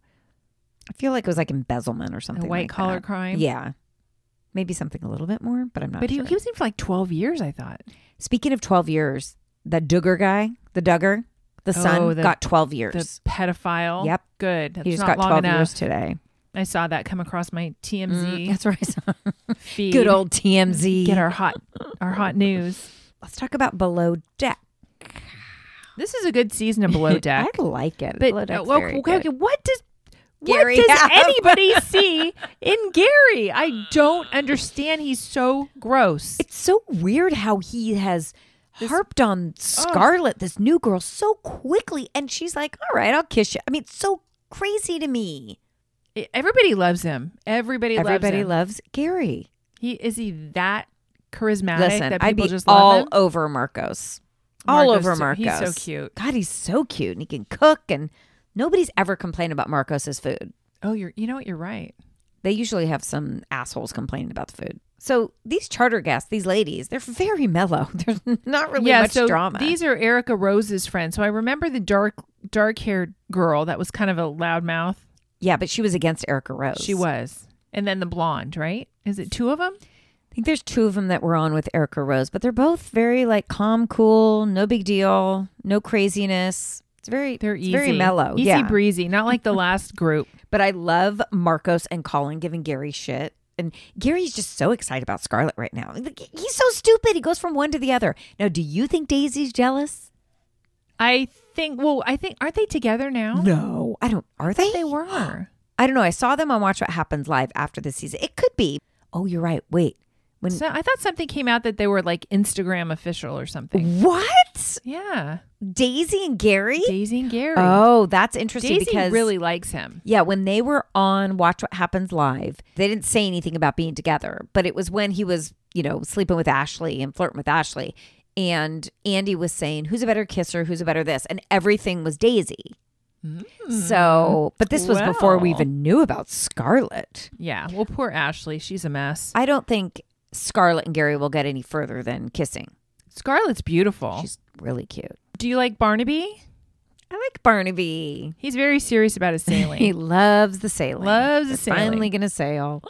[SPEAKER 2] i feel like it was like embezzlement or something
[SPEAKER 3] A white
[SPEAKER 2] like
[SPEAKER 3] collar
[SPEAKER 2] that.
[SPEAKER 3] crime.
[SPEAKER 2] yeah maybe something a little bit more but i'm not
[SPEAKER 3] But he,
[SPEAKER 2] sure.
[SPEAKER 3] he was in for like 12 years, I thought.
[SPEAKER 2] speaking of 12 years that duggar guy the duggar the son
[SPEAKER 3] Oh, the-
[SPEAKER 2] got 12
[SPEAKER 3] The
[SPEAKER 2] years
[SPEAKER 3] pedophile.
[SPEAKER 2] Yep.
[SPEAKER 3] Good. That's
[SPEAKER 2] he just
[SPEAKER 3] not
[SPEAKER 2] got
[SPEAKER 3] long
[SPEAKER 2] 12
[SPEAKER 3] enough.
[SPEAKER 2] years today Mm-hmm.
[SPEAKER 3] I saw that come across my TMZ
[SPEAKER 2] that's right
[SPEAKER 3] feed.
[SPEAKER 2] good old tmz
[SPEAKER 3] Get our hot, our hot news.
[SPEAKER 2] let's talk about below deck
[SPEAKER 3] This is a good season of Below Deck.
[SPEAKER 2] i like it
[SPEAKER 3] but uh,
[SPEAKER 2] below deck's
[SPEAKER 3] well,
[SPEAKER 2] very
[SPEAKER 3] okay,
[SPEAKER 2] good.
[SPEAKER 3] okay, what does
[SPEAKER 2] Gary
[SPEAKER 3] what does
[SPEAKER 2] have?
[SPEAKER 3] anybody see in Gary? I don't understand. He's so gross.
[SPEAKER 2] It's so weird how he has harped on Scarlett, this new girl, so quickly. And she's like, all right, I'll kiss you. I mean, it's so crazy to me.
[SPEAKER 3] E, Everybody loves him. Everybody, loves
[SPEAKER 2] Everybody
[SPEAKER 3] him.
[SPEAKER 2] loves Gary.
[SPEAKER 3] He is he that charismatic
[SPEAKER 2] Listen,
[SPEAKER 3] that people
[SPEAKER 2] I'd be
[SPEAKER 3] just love
[SPEAKER 2] all
[SPEAKER 3] him?
[SPEAKER 2] over Marcos. All
[SPEAKER 3] Marcos
[SPEAKER 2] over
[SPEAKER 3] too.
[SPEAKER 2] Marcos.
[SPEAKER 3] He's so cute.
[SPEAKER 2] God, he's so cute. And he can cook. And nobody's ever complained about Marcos's food.
[SPEAKER 3] Oh, you're you know what? You're right.
[SPEAKER 2] They usually have some assholes complaining about the food. So these charter guests, these ladies, they're very mellow. There's not really
[SPEAKER 3] yeah,
[SPEAKER 2] much
[SPEAKER 3] so
[SPEAKER 2] drama.
[SPEAKER 3] these are Erica Rose's friends. So I remember the dark dark haired girl that was kind of a loudmouth.
[SPEAKER 2] yeah, but she was against Erica Rose.
[SPEAKER 3] She was, and then the blonde, right? Is it two of them?
[SPEAKER 2] I think there's two of them that were on with Erica Rose, but they're both very like calm, cool, no big deal, no craziness. It's very
[SPEAKER 3] They're
[SPEAKER 2] it's
[SPEAKER 3] easy,
[SPEAKER 2] very mellow,
[SPEAKER 3] easy
[SPEAKER 2] yeah.
[SPEAKER 3] breezy. Not like the last group.
[SPEAKER 2] But I love Marcos and Colin giving Gary shit. And Gary's just so excited about Scarlett right now. Like, He's so stupid. He goes from one to the other. Now, do you think Daisy's jealous?
[SPEAKER 3] I think. Well, I think aren't they together now?
[SPEAKER 2] No, I don't. Are they?
[SPEAKER 3] they were.
[SPEAKER 2] I don't know. I saw them on Watch What Happens Live after the season. It could be. Oh, you're right. Wait. When
[SPEAKER 3] So I thought something came out that they were like Instagram official or something.
[SPEAKER 2] what?
[SPEAKER 3] Yeah,
[SPEAKER 2] Daisy and Gary?
[SPEAKER 3] Daisy and Gary.
[SPEAKER 2] Oh, that's interesting
[SPEAKER 3] Daisy
[SPEAKER 2] because
[SPEAKER 3] really likes him.
[SPEAKER 2] Yeah, when they were on Watch What Happens Live, they didn't say anything about being together, but it was when he was, you know, sleeping with Ashley and flirting with Ashley. And Andy was saying, Who's a better kisser? Who's a better this? And everything was Daisy. So, but this was before we
[SPEAKER 3] Hmm. Well.
[SPEAKER 2] even knew about Scarlett.
[SPEAKER 3] Yeah. Well, poor Ashley. She's a mess.
[SPEAKER 2] I don't think Scarlett and Gary will get any further than kissing.
[SPEAKER 3] Scarlett's beautiful.
[SPEAKER 2] She's really cute.
[SPEAKER 3] Do you like Barnaby?
[SPEAKER 2] I like Barnaby.
[SPEAKER 3] He's very serious about his
[SPEAKER 2] He
[SPEAKER 3] sailing.
[SPEAKER 2] loves the sailing.
[SPEAKER 3] Loves the
[SPEAKER 2] They're Finally
[SPEAKER 3] sailing.
[SPEAKER 2] gonna sail.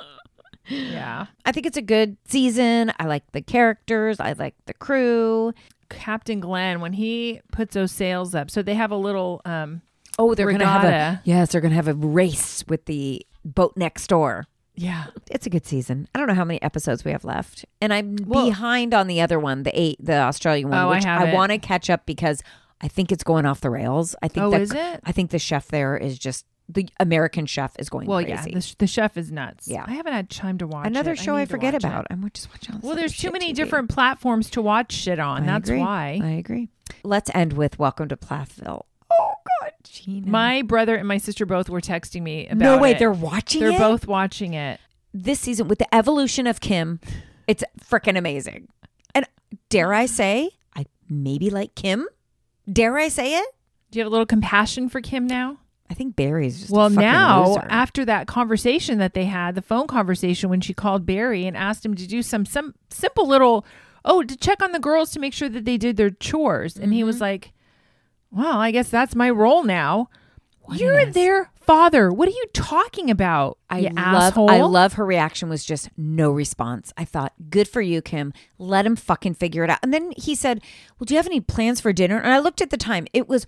[SPEAKER 3] yeah.
[SPEAKER 2] I think it's a good season. I like the characters. I like the crew.
[SPEAKER 3] Captain Glenn, when he puts those sails up, so they have a little um
[SPEAKER 2] Oh, they're gonna have a
[SPEAKER 3] Regatta.
[SPEAKER 2] yes. They're gonna have a race with the boat next door.
[SPEAKER 3] Yeah.
[SPEAKER 2] It's a good season. I don't know how many episodes we have left, and I'm
[SPEAKER 3] Well-
[SPEAKER 2] behind on the other one, the eight, the Australian one,
[SPEAKER 3] Oh, I
[SPEAKER 2] which I,
[SPEAKER 3] haven't.
[SPEAKER 2] want to catch up because I think it's going off the rails. I think
[SPEAKER 3] Oh,
[SPEAKER 2] the,
[SPEAKER 3] is it?
[SPEAKER 2] I think the chef there is just the American chef is going
[SPEAKER 3] Well,
[SPEAKER 2] crazy.
[SPEAKER 3] yeah. The, sh- the chef is nuts.
[SPEAKER 2] Yeah.
[SPEAKER 3] I haven't had time to watch
[SPEAKER 2] Another
[SPEAKER 3] it.
[SPEAKER 2] show I,
[SPEAKER 3] need to
[SPEAKER 2] forget
[SPEAKER 3] watch it.
[SPEAKER 2] about. I'm just watching. all this
[SPEAKER 3] Well,
[SPEAKER 2] other
[SPEAKER 3] there's too
[SPEAKER 2] shit
[SPEAKER 3] many
[SPEAKER 2] TV.
[SPEAKER 3] different platforms to watch shit on.
[SPEAKER 2] I
[SPEAKER 3] That's
[SPEAKER 2] agree.
[SPEAKER 3] why.
[SPEAKER 2] I agree. Let's end with Welcome to Plathville. Oh God, Gina.
[SPEAKER 3] My brother and my sister both were texting me about
[SPEAKER 2] no way,
[SPEAKER 3] it.
[SPEAKER 2] they're watching.
[SPEAKER 3] They're
[SPEAKER 2] it?
[SPEAKER 3] both watching it.
[SPEAKER 2] this season with the evolution of Kim. It's freaking amazing. And dare I say, I maybe like Kim. Dare I say it?
[SPEAKER 3] Do you have a little compassion for Kim now?
[SPEAKER 2] I think Barry's just a
[SPEAKER 3] Well,
[SPEAKER 2] fucking
[SPEAKER 3] now
[SPEAKER 2] loser.
[SPEAKER 3] after that conversation that they had, the phone conversation when she called Barry and asked him to do some some simple little oh to check on the girls to make sure that they did their chores, and he was
[SPEAKER 2] Mm-hmm.
[SPEAKER 3] like, "Well, I guess that's my role now. You're their father. What are you talking about?
[SPEAKER 2] I
[SPEAKER 3] you
[SPEAKER 2] love
[SPEAKER 3] asshole?
[SPEAKER 2] I love her reaction was just no response. I thought, good for you, Kim. Let him fucking figure it out. And then he said, Well, do you have any plans for dinner? And I looked at the time. It was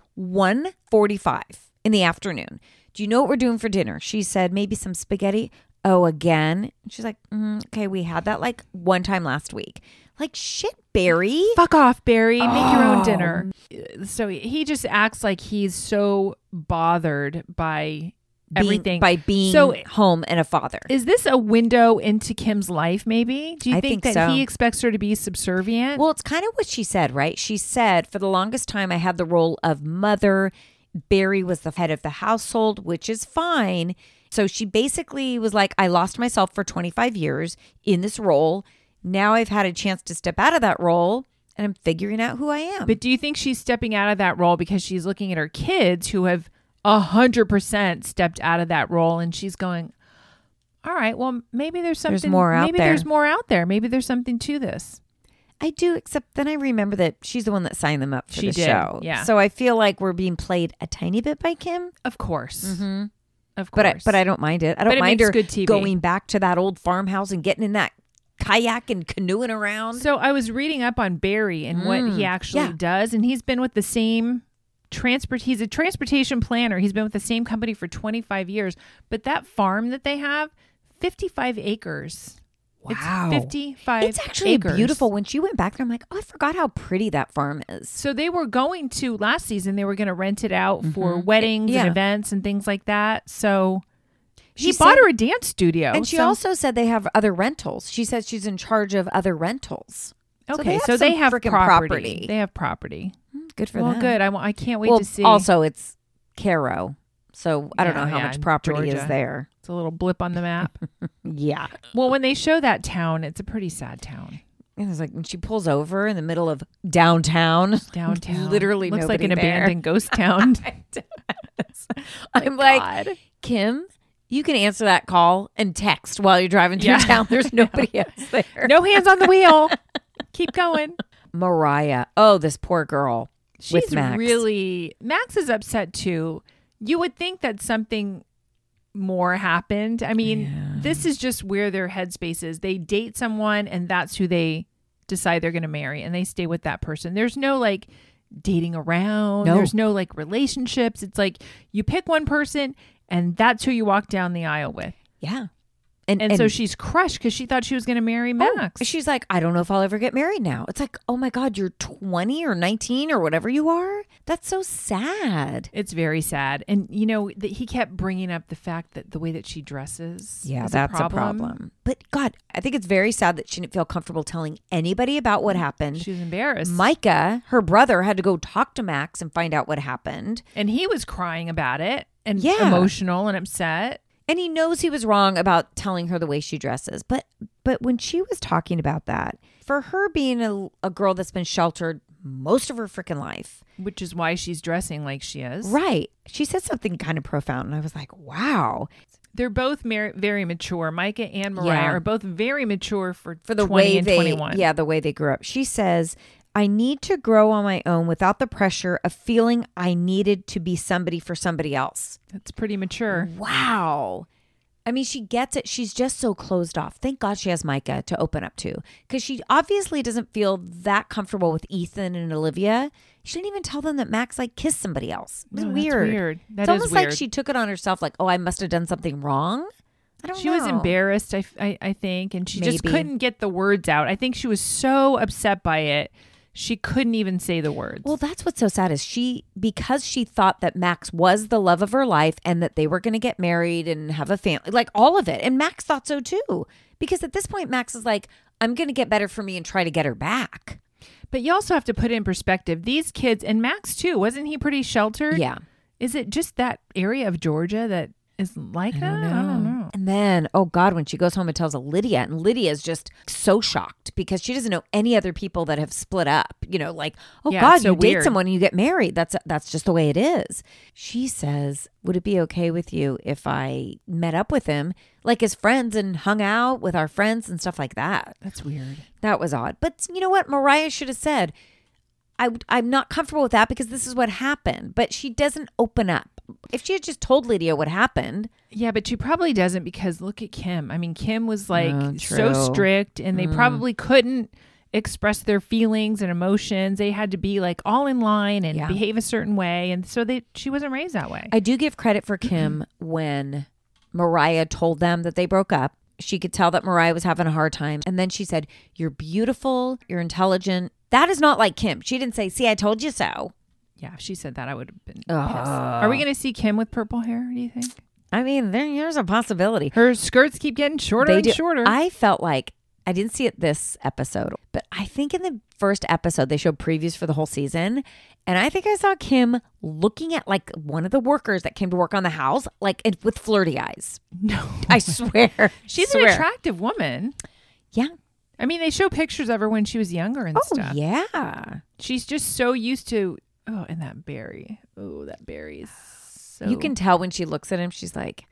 [SPEAKER 2] 1.45 in the afternoon. Do you know what we're doing for dinner? She said, maybe some spaghetti. Oh, again? And She's like, "Mm, okay, we had that like one time last week. Like, shit, Barry.
[SPEAKER 3] Fuck off, Barry. Make your own dinner.
[SPEAKER 2] Um,
[SPEAKER 3] So he just acts like he's so bothered by
[SPEAKER 2] Being-
[SPEAKER 3] everything
[SPEAKER 2] By being
[SPEAKER 3] So-
[SPEAKER 2] home and a father.
[SPEAKER 3] Is this a window into Kim's life, maybe? Do you
[SPEAKER 2] I
[SPEAKER 3] think,
[SPEAKER 2] think
[SPEAKER 3] that
[SPEAKER 2] so.
[SPEAKER 3] he expects her to be subservient?
[SPEAKER 2] Well, it's kind of what she said, right? She said, for the longest time, I had the role of mother. Barry was the head of the household, which is fine. So she basically was like, I lost myself for 25 years in this role. Now I've had a chance to step out of that role and I'm figuring out who I am.
[SPEAKER 3] but do you think she's stepping out of that role because she's looking at her kids who have 100% stepped out of that role and she's going, all right, well, maybe there's something
[SPEAKER 2] There's more out
[SPEAKER 3] maybe
[SPEAKER 2] there."
[SPEAKER 3] there's more out there. Maybe there's something to this.
[SPEAKER 2] I do, except then I remember that she's the one that signed them up for
[SPEAKER 3] She
[SPEAKER 2] the
[SPEAKER 3] did,
[SPEAKER 2] show.
[SPEAKER 3] yeah.
[SPEAKER 2] So I feel like we're being played a tiny bit by Kim.
[SPEAKER 3] Of course. Of course.
[SPEAKER 2] Mm-hmm. But I, but I don't mind it. I don't
[SPEAKER 3] it
[SPEAKER 2] mind
[SPEAKER 3] makes
[SPEAKER 2] her
[SPEAKER 3] good TV.
[SPEAKER 2] going back to that old farmhouse and getting in that kayak and canoeing around.
[SPEAKER 3] So I was reading up on Barry and what he actually
[SPEAKER 2] Mm. yeah.
[SPEAKER 3] does, and he's been with the same transport. He's a transportation planner. He's been with the same company for 25 years. But that farm that they have, 55 acres.
[SPEAKER 2] Wow.
[SPEAKER 3] it's 55.
[SPEAKER 2] It's actually
[SPEAKER 3] acres.
[SPEAKER 2] beautiful. When she went back there, I'm like, oh, I forgot how pretty that farm is.
[SPEAKER 3] So they were going to last season. They were going to rent it out for weddings
[SPEAKER 2] Mm-hmm. Yeah.
[SPEAKER 3] and events and things like that. So she
[SPEAKER 2] She
[SPEAKER 3] bought
[SPEAKER 2] said-
[SPEAKER 3] her a dance studio,
[SPEAKER 2] And she
[SPEAKER 3] so-
[SPEAKER 2] also said they have other rentals. She said she's in charge of other rentals.
[SPEAKER 3] okay. So they
[SPEAKER 2] some
[SPEAKER 3] have,
[SPEAKER 2] frickin'
[SPEAKER 3] property. They have property.
[SPEAKER 2] Mm, Good for
[SPEAKER 3] well,
[SPEAKER 2] them.
[SPEAKER 3] good. I, wa- I can't wait
[SPEAKER 2] well,
[SPEAKER 3] to see.
[SPEAKER 2] also it's Caro, so I don't
[SPEAKER 3] Yeah,
[SPEAKER 2] know how
[SPEAKER 3] yeah,
[SPEAKER 2] much property
[SPEAKER 3] Georgia.
[SPEAKER 2] is there.
[SPEAKER 3] it's a little blip on the map.
[SPEAKER 2] Yeah,
[SPEAKER 3] Well, when they show that town, it's a pretty sad town.
[SPEAKER 2] and it's like when she pulls over in the middle of downtown,
[SPEAKER 3] Downtown
[SPEAKER 2] literally
[SPEAKER 3] looks like
[SPEAKER 2] nobody
[SPEAKER 3] an
[SPEAKER 2] there.
[SPEAKER 3] abandoned ghost town.
[SPEAKER 2] I'm like, Kim, you can answer that call and text while you're driving through
[SPEAKER 3] Yeah.
[SPEAKER 2] town. There's nobody else there.
[SPEAKER 3] no hands on the wheel. Keep going.
[SPEAKER 2] Mariah. Oh, this poor girl
[SPEAKER 3] She's
[SPEAKER 2] with Max.
[SPEAKER 3] really Max is upset too. You would think that something more happened. I mean, this is just where their headspace is. They date someone and that's who they decide they're going to marry and they stay with that person. There's no like dating around,
[SPEAKER 2] No.
[SPEAKER 3] there's no like relationships. It's like you pick one person and that's who you walk down the aisle with.
[SPEAKER 2] Yeah.
[SPEAKER 3] And, so she's crushed because she thought she was going to marry
[SPEAKER 2] Oh,
[SPEAKER 3] Max.
[SPEAKER 2] She's like, I don't know if I'll ever get married now. It's like, oh my God, you're 20 or 19 or whatever you are. That's so sad.
[SPEAKER 3] It's very sad. And you know, that he kept bringing up the fact that the way that she dresses
[SPEAKER 2] Yeah,
[SPEAKER 3] is
[SPEAKER 2] that's a problem. But God, I think it's very sad that she didn't feel comfortable telling anybody about what happened.
[SPEAKER 3] She was embarrassed.
[SPEAKER 2] Micah, her brother, had to go talk to Max and find out what happened.
[SPEAKER 3] and he was crying about it and
[SPEAKER 2] Yeah.
[SPEAKER 3] emotional and upset.
[SPEAKER 2] And he knows he was wrong about telling her the way she dresses. But but when she was talking about that, for her being a, a girl that's been sheltered most of her freaking life,
[SPEAKER 3] Which is why she's dressing like she is.
[SPEAKER 2] Right. She said something kind of profound, and I was like, wow.
[SPEAKER 3] They're both mer- very mature. Micah and Mariah
[SPEAKER 2] Yeah.
[SPEAKER 3] are both very mature for,
[SPEAKER 2] For the
[SPEAKER 3] 20
[SPEAKER 2] way
[SPEAKER 3] and
[SPEAKER 2] they,
[SPEAKER 3] 21.
[SPEAKER 2] yeah, the way they grew up. She says, I need to grow on my own without the pressure of feeling I needed to be somebody for somebody else.
[SPEAKER 3] That's pretty mature.
[SPEAKER 2] Wow. I mean, she gets it. She's just so closed off. Thank God she has Micah to open up to because she obviously doesn't feel that comfortable with Ethan and Olivia. She didn't even tell them that Max like kissed somebody else. It was
[SPEAKER 3] No, that's
[SPEAKER 2] weird.
[SPEAKER 3] weird. That
[SPEAKER 2] it's
[SPEAKER 3] is
[SPEAKER 2] almost like
[SPEAKER 3] weird.
[SPEAKER 2] she took it on herself. Like, oh, I must have done something wrong. I don't
[SPEAKER 3] She
[SPEAKER 2] know.
[SPEAKER 3] was embarrassed, I, f- I- I think, and she just
[SPEAKER 2] Maybe.
[SPEAKER 3] couldn't get the words out. I think she was so upset by it, she couldn't even say the words.
[SPEAKER 2] Well, that's what's so sad is she because she thought that Max was the love of her life and that they were going to get married and have a family, like all of it. And Max thought so too. Because at this point Max is like, I'm going to get better for me and try to get her back.
[SPEAKER 3] But you also have to put it in perspective. These kids and Max too, wasn't he pretty sheltered?
[SPEAKER 2] Yeah.
[SPEAKER 3] Is it just that area of Georgia that is like that? I don't know.
[SPEAKER 2] And then, oh God, when she goes home and tells Lydia, and Lydia's just so shocked because she doesn't know any other people that have split up. You know, like, oh
[SPEAKER 3] Yeah,
[SPEAKER 2] God,
[SPEAKER 3] it's so
[SPEAKER 2] you date
[SPEAKER 3] weird.
[SPEAKER 2] someone and you get married. That's that's just the way it is. She says, Would it be okay with you if I met up with him, like his friends and hung out with our friends and stuff like that?
[SPEAKER 3] That's weird.
[SPEAKER 2] That was odd. But you know what? Mariah should have said, I, I'm not comfortable with that because this is what happened. But she doesn't open up. If she had just told Lydia what happened,
[SPEAKER 3] Yeah, but she probably doesn't because look at Kim. I mean, Kim was like
[SPEAKER 2] Oh,
[SPEAKER 3] so
[SPEAKER 2] true. Mm.
[SPEAKER 3] strict and they probably couldn't express their feelings and emotions. They had to be like all in line and
[SPEAKER 2] Yeah.
[SPEAKER 3] behave a certain way. And so they she wasn't raised that way.
[SPEAKER 2] I do give credit for Kim when Mariah told them that they broke up. She could tell that Mariah was having a hard time. And then she said, You're beautiful. You're intelligent. That is not like Kim. She didn't say, See, I told you so.
[SPEAKER 3] yeah, if she said that I would have been pissed. Are we gonna see Kim with purple hair, do you think?
[SPEAKER 2] I mean, there- there's a possibility.
[SPEAKER 3] Her skirts keep getting shorter
[SPEAKER 2] They
[SPEAKER 3] and
[SPEAKER 2] do-
[SPEAKER 3] shorter.
[SPEAKER 2] I felt like I didn't see it this episode, but I think in the first episode they showed previews for the whole season, and I think I saw Kim looking at like one of the workers that came to work on the house, like and- with flirty eyes.
[SPEAKER 3] no.
[SPEAKER 2] I swear,
[SPEAKER 3] She's an
[SPEAKER 2] swear.
[SPEAKER 3] attractive woman.
[SPEAKER 2] Yeah.
[SPEAKER 3] I mean, they show pictures of her when she was younger and
[SPEAKER 2] Oh
[SPEAKER 3] stuff.
[SPEAKER 2] yeah.
[SPEAKER 3] She's just so used to oh, and that berry. Oh, that berry is so
[SPEAKER 2] You can tell when she looks at him, she's like,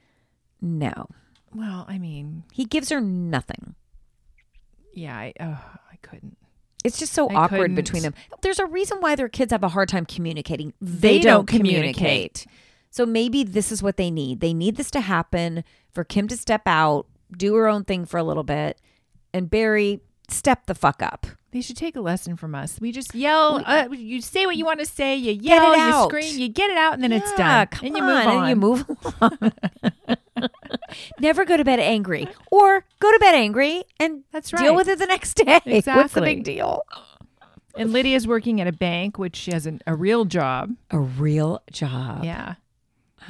[SPEAKER 2] no.
[SPEAKER 3] Well, I mean,
[SPEAKER 2] He gives her nothing.
[SPEAKER 3] yeah, I oh, I couldn't.
[SPEAKER 2] It's just so
[SPEAKER 3] I
[SPEAKER 2] awkward
[SPEAKER 3] couldn't.
[SPEAKER 2] between them. There's a reason why their kids have a hard time communicating.
[SPEAKER 3] They don't communicate.
[SPEAKER 2] So maybe this is what they need. They need this to happen for Kim to step out, do her own thing for a little bit, and Barry step the fuck up.
[SPEAKER 3] They should take a lesson from us. We just yell, uh, you say what you want to say, you
[SPEAKER 2] it
[SPEAKER 3] yell, you
[SPEAKER 2] out.
[SPEAKER 3] scream, you get it out, and then it's
[SPEAKER 2] Yeah,
[SPEAKER 3] done.
[SPEAKER 2] Come
[SPEAKER 3] and you
[SPEAKER 2] on,
[SPEAKER 3] move on.
[SPEAKER 2] and you move along. Never go to bed angry, or go to bed angry and
[SPEAKER 3] That's
[SPEAKER 2] deal
[SPEAKER 3] right.
[SPEAKER 2] with it the next day. What's the
[SPEAKER 3] Exactly.
[SPEAKER 2] big deal?
[SPEAKER 3] And Lydia's working at a bank, which she has an, a real job.
[SPEAKER 2] A real job.
[SPEAKER 3] Yeah,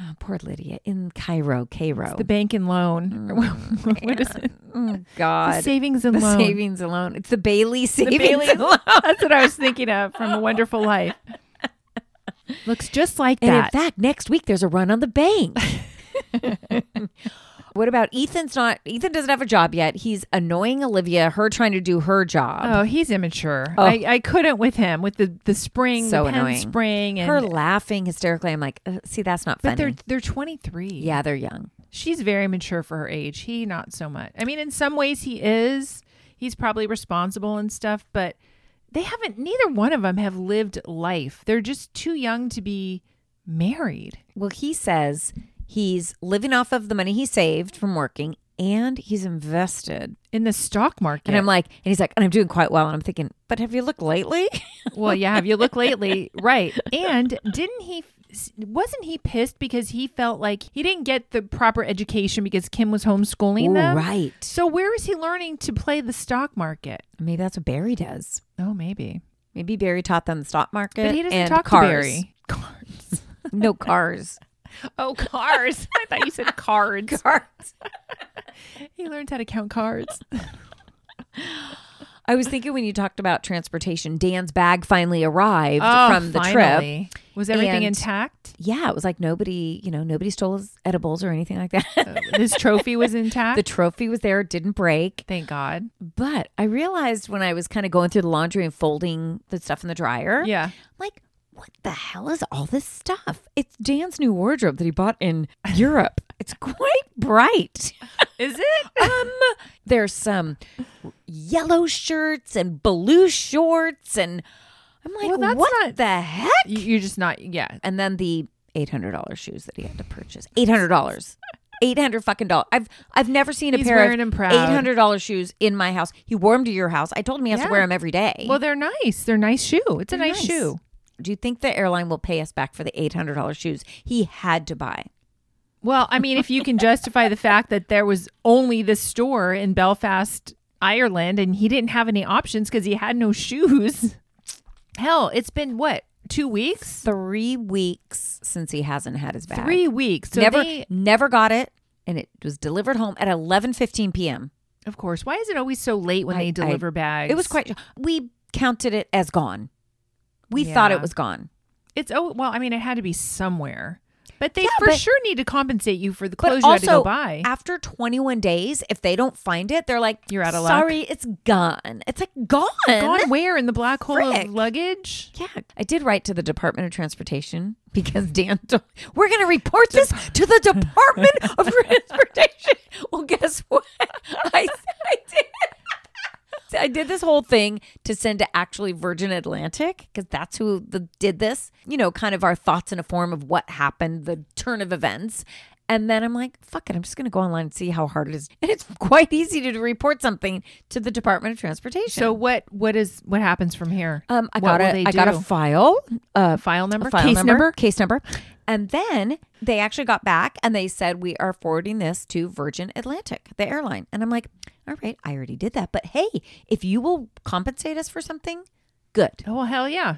[SPEAKER 2] Oh, poor Lydia in Cairo, Cairo.
[SPEAKER 3] the bank and loan. what is it?
[SPEAKER 2] oh God,
[SPEAKER 3] Savings and
[SPEAKER 2] Mm, the
[SPEAKER 3] loan.
[SPEAKER 2] savings alone. It's the Bailey savings
[SPEAKER 3] Bailey-
[SPEAKER 2] alone.
[SPEAKER 3] That's what I was thinking of from A Wonderful Life. Looks just like
[SPEAKER 2] And
[SPEAKER 3] that.
[SPEAKER 2] in fact, next week there's a run on the bank. what about Ethan's not? Ethan doesn't have a job yet. He's annoying Olivia. Her trying to do her job.
[SPEAKER 3] Oh, he's immature. I, I couldn't with him with the the spring,
[SPEAKER 2] So
[SPEAKER 3] the pen
[SPEAKER 2] annoying.
[SPEAKER 3] spring, and
[SPEAKER 2] her laughing hysterically. I'm like, uh, see, that's not
[SPEAKER 3] but
[SPEAKER 2] funny.
[SPEAKER 3] they're they're twenty three.
[SPEAKER 2] yeah, they're young.
[SPEAKER 3] she's very mature for her age. He not so much. I mean, in some ways he is. He's probably responsible and stuff, but they haven't. Neither one of them have lived life. They're just too young to be married.
[SPEAKER 2] Well, he says He's living off of the money he saved from working and he's invested.
[SPEAKER 3] in the stock market.
[SPEAKER 2] And I'm like, and he's like, and I'm doing quite well. And I'm thinking, but have you looked lately?
[SPEAKER 3] well, yeah, have you looked lately? Right. And didn't he wasn't he pissed because he felt like he didn't get the proper education because Kim was homeschooling
[SPEAKER 2] Ooh,
[SPEAKER 3] them?
[SPEAKER 2] right.
[SPEAKER 3] So where is he learning to play the stock market?
[SPEAKER 2] Maybe that's what Barry does.
[SPEAKER 3] Oh, maybe.
[SPEAKER 2] Maybe Barry taught them the stock market.
[SPEAKER 3] But he doesn't
[SPEAKER 2] and
[SPEAKER 3] talk
[SPEAKER 2] cars.
[SPEAKER 3] to Barry. Cards.
[SPEAKER 2] No cars.
[SPEAKER 3] Oh, cars. I thought you said cards.
[SPEAKER 2] cars.
[SPEAKER 3] He learns how to count cards.
[SPEAKER 2] I was thinking when you talked about transportation, Dan's bag finally arrived from the trip.
[SPEAKER 3] Oh, finally. Was everything
[SPEAKER 2] And-
[SPEAKER 3] intact?
[SPEAKER 2] Yeah, it was like nobody, you know, nobody stole his edibles or anything like that.
[SPEAKER 3] His trophy was intact?
[SPEAKER 2] the trophy was there, it didn't break.
[SPEAKER 3] Thank God.
[SPEAKER 2] But I realized when I was kind of going through the laundry and folding the stuff in the dryer,
[SPEAKER 3] Yeah.
[SPEAKER 2] like, what the hell is all this stuff? It's Dan's new wardrobe that he bought in Europe. It's quite bright.
[SPEAKER 3] Is it?
[SPEAKER 2] Um, there's some yellow shirts and blue shorts, and I'm like,
[SPEAKER 3] Well, that's
[SPEAKER 2] what
[SPEAKER 3] not-
[SPEAKER 2] the heck?
[SPEAKER 3] You- You're just not, yeah.
[SPEAKER 2] And then the eight hundred dollars shoes that he had to purchase. Eight hundred dollars. Eight hundred fucking dollars. I've I've never seen a
[SPEAKER 3] He's
[SPEAKER 2] pair
[SPEAKER 3] wearing 'em
[SPEAKER 2] of
[SPEAKER 3] proud.
[SPEAKER 2] eight hundred dollars shoes in my house. He wore them to your house. I told him he has
[SPEAKER 3] Yeah.
[SPEAKER 2] to wear them every day.
[SPEAKER 3] Well, they're nice. They're nice shoe. It's a nice,
[SPEAKER 2] nice.
[SPEAKER 3] shoe.
[SPEAKER 2] do you think the airline will pay us back for the eight hundred dollars shoes he had to buy?
[SPEAKER 3] Well, I mean, if you can justify the fact that there was only this store in Belfast, Ireland, and he didn't have any options because he had no shoes. Hell, it's been what two weeks,
[SPEAKER 2] Three weeks since he hasn't had his bag.
[SPEAKER 3] three weeks. So
[SPEAKER 2] never
[SPEAKER 3] they-
[SPEAKER 2] never got it, and it was delivered home at eleven fifteen p.m.
[SPEAKER 3] of course. Why is it always so late when
[SPEAKER 2] I-
[SPEAKER 3] they deliver bags?
[SPEAKER 2] It was quite. We counted it as gone. We thought
[SPEAKER 3] Yeah.
[SPEAKER 2] it was gone.
[SPEAKER 3] It's oh well. I mean, it had to be somewhere, but they
[SPEAKER 2] Yeah,
[SPEAKER 3] for
[SPEAKER 2] but-
[SPEAKER 3] sure need to compensate you for the clothes you had to go buy.
[SPEAKER 2] after 21 days, if they don't find it, they're like,
[SPEAKER 3] You're out of luck.
[SPEAKER 2] Sorry, it's gone. It's like gone.
[SPEAKER 3] Gone where in the black hole
[SPEAKER 2] Frick.
[SPEAKER 3] of luggage?
[SPEAKER 2] Yeah, I did write to the Department of Transportation because Dan, told- we're going to report this to the Department of Transportation. Well, guess what? I, I did. I did this whole thing to send to actually Virgin Atlantic because that's who the, did this. You know, kind of our thoughts in a form of what happened, the turn of events. And then I'm like, fuck it, I'm just going to go online and see how hard it is. And it's quite easy to report something to the Department of Transportation.
[SPEAKER 3] So what? What is what happens from here?
[SPEAKER 2] um, I
[SPEAKER 3] What
[SPEAKER 2] got
[SPEAKER 3] will
[SPEAKER 2] a
[SPEAKER 3] they
[SPEAKER 2] I got a
[SPEAKER 3] do?
[SPEAKER 2] file, uh,
[SPEAKER 3] file number,
[SPEAKER 2] a file
[SPEAKER 3] case number.
[SPEAKER 2] case number. And then they actually got back and they said, We are forwarding this to Virgin Atlantic, the airline. And I'm like, All right, I already did that. But hey, if you will compensate us for something, good.
[SPEAKER 3] Oh well, hell yeah!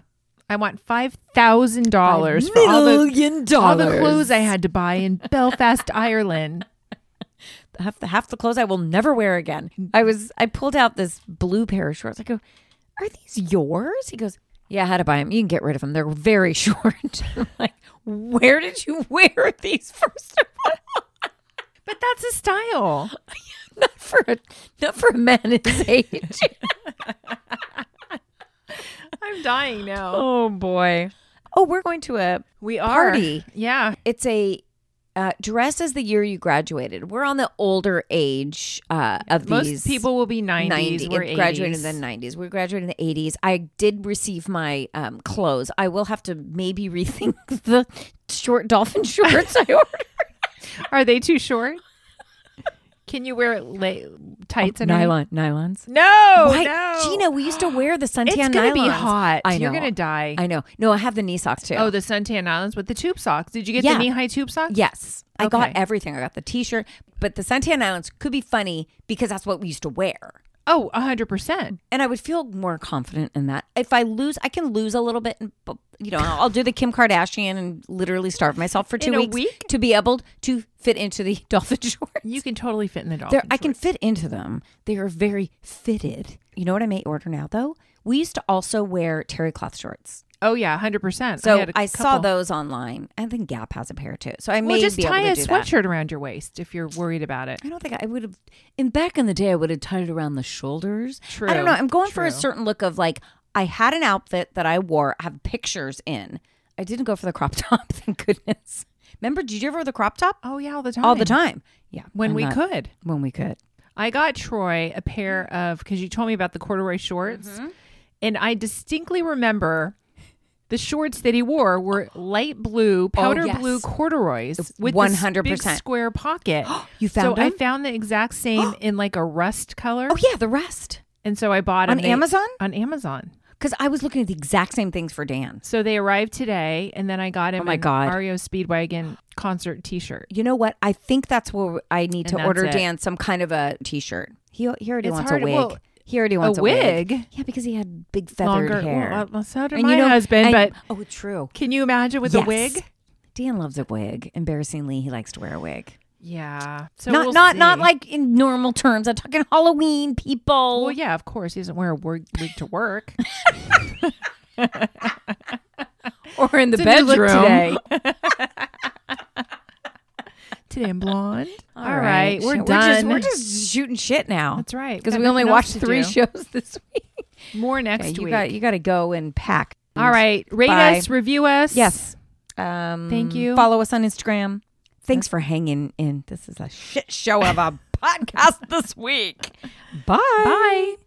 [SPEAKER 3] I want five thousand dollars for all the all the clothes I had to buy in Belfast, Ireland.
[SPEAKER 2] half the half the clothes I will never wear again. I was I pulled out this blue pair of shorts. I go, Are these yours? He goes, Yeah, I had to buy them. You can get rid of them. They're very short. I'm like, where did you wear these first of all?
[SPEAKER 3] But that's a style.
[SPEAKER 2] not for a not for a man his age.
[SPEAKER 3] I'm dying now.
[SPEAKER 2] oh boy. Oh, we're going to a
[SPEAKER 3] We are.
[SPEAKER 2] Party.
[SPEAKER 3] Yeah.
[SPEAKER 2] it's a uh, dress as the year you graduated. We're on the older age uh, of
[SPEAKER 3] Most
[SPEAKER 2] these
[SPEAKER 3] people will be 90s.
[SPEAKER 2] 90
[SPEAKER 3] We're
[SPEAKER 2] it graduated in
[SPEAKER 3] 80s.
[SPEAKER 2] the nineties. We graduated in the eighties. I did receive my um, clothes. I will have to maybe rethink the short dolphin shorts I ordered.
[SPEAKER 3] Are they too short? Can you wear la- tights and everything?
[SPEAKER 2] Oh, nylon nylons.
[SPEAKER 3] No,
[SPEAKER 2] Why-
[SPEAKER 3] no.
[SPEAKER 2] Gina, we used to wear the suntan
[SPEAKER 3] it's gonna be
[SPEAKER 2] Oh, nylons.
[SPEAKER 3] hot.
[SPEAKER 2] I know.
[SPEAKER 3] You're gonna die.
[SPEAKER 2] I know. No, I have the knee socks too.
[SPEAKER 3] oh, the suntan islands with the tube socks. Did you get
[SPEAKER 2] Yeah.
[SPEAKER 3] the knee high tube socks?
[SPEAKER 2] Yes. I got
[SPEAKER 3] Okay.
[SPEAKER 2] everything. I got the t shirt, but the Santan Islands could be funny because that's what we used to wear.
[SPEAKER 3] Oh, hundred percent.
[SPEAKER 2] And I would feel more confident in that. If I lose, I can lose a little bit. And, but, you know, I'll do the Kim Kardashian and literally starve myself for two
[SPEAKER 3] In a
[SPEAKER 2] weeks
[SPEAKER 3] week?
[SPEAKER 2] to be able to fit into the dolphin shorts.
[SPEAKER 3] You can totally fit in the dolphin.
[SPEAKER 2] They're, I can fit into them. They are very fitted. You know what I may order now, though? We used to also wear terry cloth shorts.
[SPEAKER 3] Oh yeah, hundred percent.
[SPEAKER 2] So I,
[SPEAKER 3] had a
[SPEAKER 2] saw
[SPEAKER 3] couple.
[SPEAKER 2] those online. I think Gap has a pair too. So I may
[SPEAKER 3] Well, just
[SPEAKER 2] be
[SPEAKER 3] tie
[SPEAKER 2] able
[SPEAKER 3] a
[SPEAKER 2] to do that.
[SPEAKER 3] sweatshirt around your waist if you're worried about it.
[SPEAKER 2] I don't think I would have. In back in the day, I would have tied it around the shoulders.
[SPEAKER 3] True.
[SPEAKER 2] I don't know. I'm going for a
[SPEAKER 3] True.
[SPEAKER 2] certain look of like I had an outfit that I wore. I have pictures in. I didn't go for the crop top. Thank goodness. Remember? Did you ever wear the crop top
[SPEAKER 3] Oh yeah, all the time.
[SPEAKER 2] all the time? Yeah,
[SPEAKER 3] When
[SPEAKER 2] I'm
[SPEAKER 3] we
[SPEAKER 2] not-
[SPEAKER 3] could.
[SPEAKER 2] When we could.
[SPEAKER 3] I got Troy a pair
[SPEAKER 2] Mm-hmm.
[SPEAKER 3] of because you told me about the corduroy shorts, and I distinctly remember The shorts that he wore were light blue, powder
[SPEAKER 2] Oh, yes.
[SPEAKER 3] blue corduroys with this
[SPEAKER 2] 100%.
[SPEAKER 3] big square pocket.
[SPEAKER 2] You found
[SPEAKER 3] so I
[SPEAKER 2] them?
[SPEAKER 3] found the exact same in like a rust color,
[SPEAKER 2] Oh yeah, the rest.
[SPEAKER 3] and so I bought 'em.
[SPEAKER 2] On
[SPEAKER 3] They-
[SPEAKER 2] Amazon?
[SPEAKER 3] On Amazon.
[SPEAKER 2] Because I was looking at the exact same things for Dan.
[SPEAKER 3] So they arrived today, and then I got him.
[SPEAKER 2] Oh my
[SPEAKER 3] an
[SPEAKER 2] God.
[SPEAKER 3] Ario Speedwagon concert T-shirt.
[SPEAKER 2] You know what? I think that's where I need
[SPEAKER 3] And
[SPEAKER 2] to
[SPEAKER 3] that's
[SPEAKER 2] order
[SPEAKER 3] it.
[SPEAKER 2] Dan some kind of a T-shirt. He he already
[SPEAKER 3] It's
[SPEAKER 2] wants
[SPEAKER 3] hard-
[SPEAKER 2] a wig.
[SPEAKER 3] well,
[SPEAKER 2] he already wants a,
[SPEAKER 3] wig?
[SPEAKER 2] Yeah, because he had big feathered
[SPEAKER 3] Longer
[SPEAKER 2] hair.
[SPEAKER 3] Well, uh, so did
[SPEAKER 2] And
[SPEAKER 3] my
[SPEAKER 2] you know-
[SPEAKER 3] husband,
[SPEAKER 2] and-
[SPEAKER 3] but
[SPEAKER 2] oh, true.
[SPEAKER 3] can you imagine with a
[SPEAKER 2] Yes.
[SPEAKER 3] wig?
[SPEAKER 2] Dan loves a wig. Embarrassingly, he likes to wear a wig.
[SPEAKER 3] Yeah. So
[SPEAKER 2] not
[SPEAKER 3] we'll
[SPEAKER 2] not not
[SPEAKER 3] see.
[SPEAKER 2] like in normal terms. I'm talking Halloween people.
[SPEAKER 3] Well, yeah, of course he doesn't wear a wig, wig to work.
[SPEAKER 2] or in the
[SPEAKER 3] It's a new look
[SPEAKER 2] bedroom.
[SPEAKER 3] today. Today I'm blonde. All right, we're
[SPEAKER 2] Shit,
[SPEAKER 3] done.
[SPEAKER 2] just- We're just, shooting shit now.
[SPEAKER 3] That's right.
[SPEAKER 2] Because
[SPEAKER 3] Got
[SPEAKER 2] we only
[SPEAKER 3] nothing else
[SPEAKER 2] watched
[SPEAKER 3] to
[SPEAKER 2] three
[SPEAKER 3] do.
[SPEAKER 2] shows this week.
[SPEAKER 3] more next
[SPEAKER 2] Okay, you
[SPEAKER 3] week.
[SPEAKER 2] got you got to go and pack.
[SPEAKER 3] All right, rate
[SPEAKER 2] Bye.
[SPEAKER 3] us, review us.
[SPEAKER 2] Yes. Um,
[SPEAKER 3] Thank you.
[SPEAKER 2] Follow us on Instagram. Thanks for hanging in. This is a shit show of a podcast this week. Bye.
[SPEAKER 3] Bye.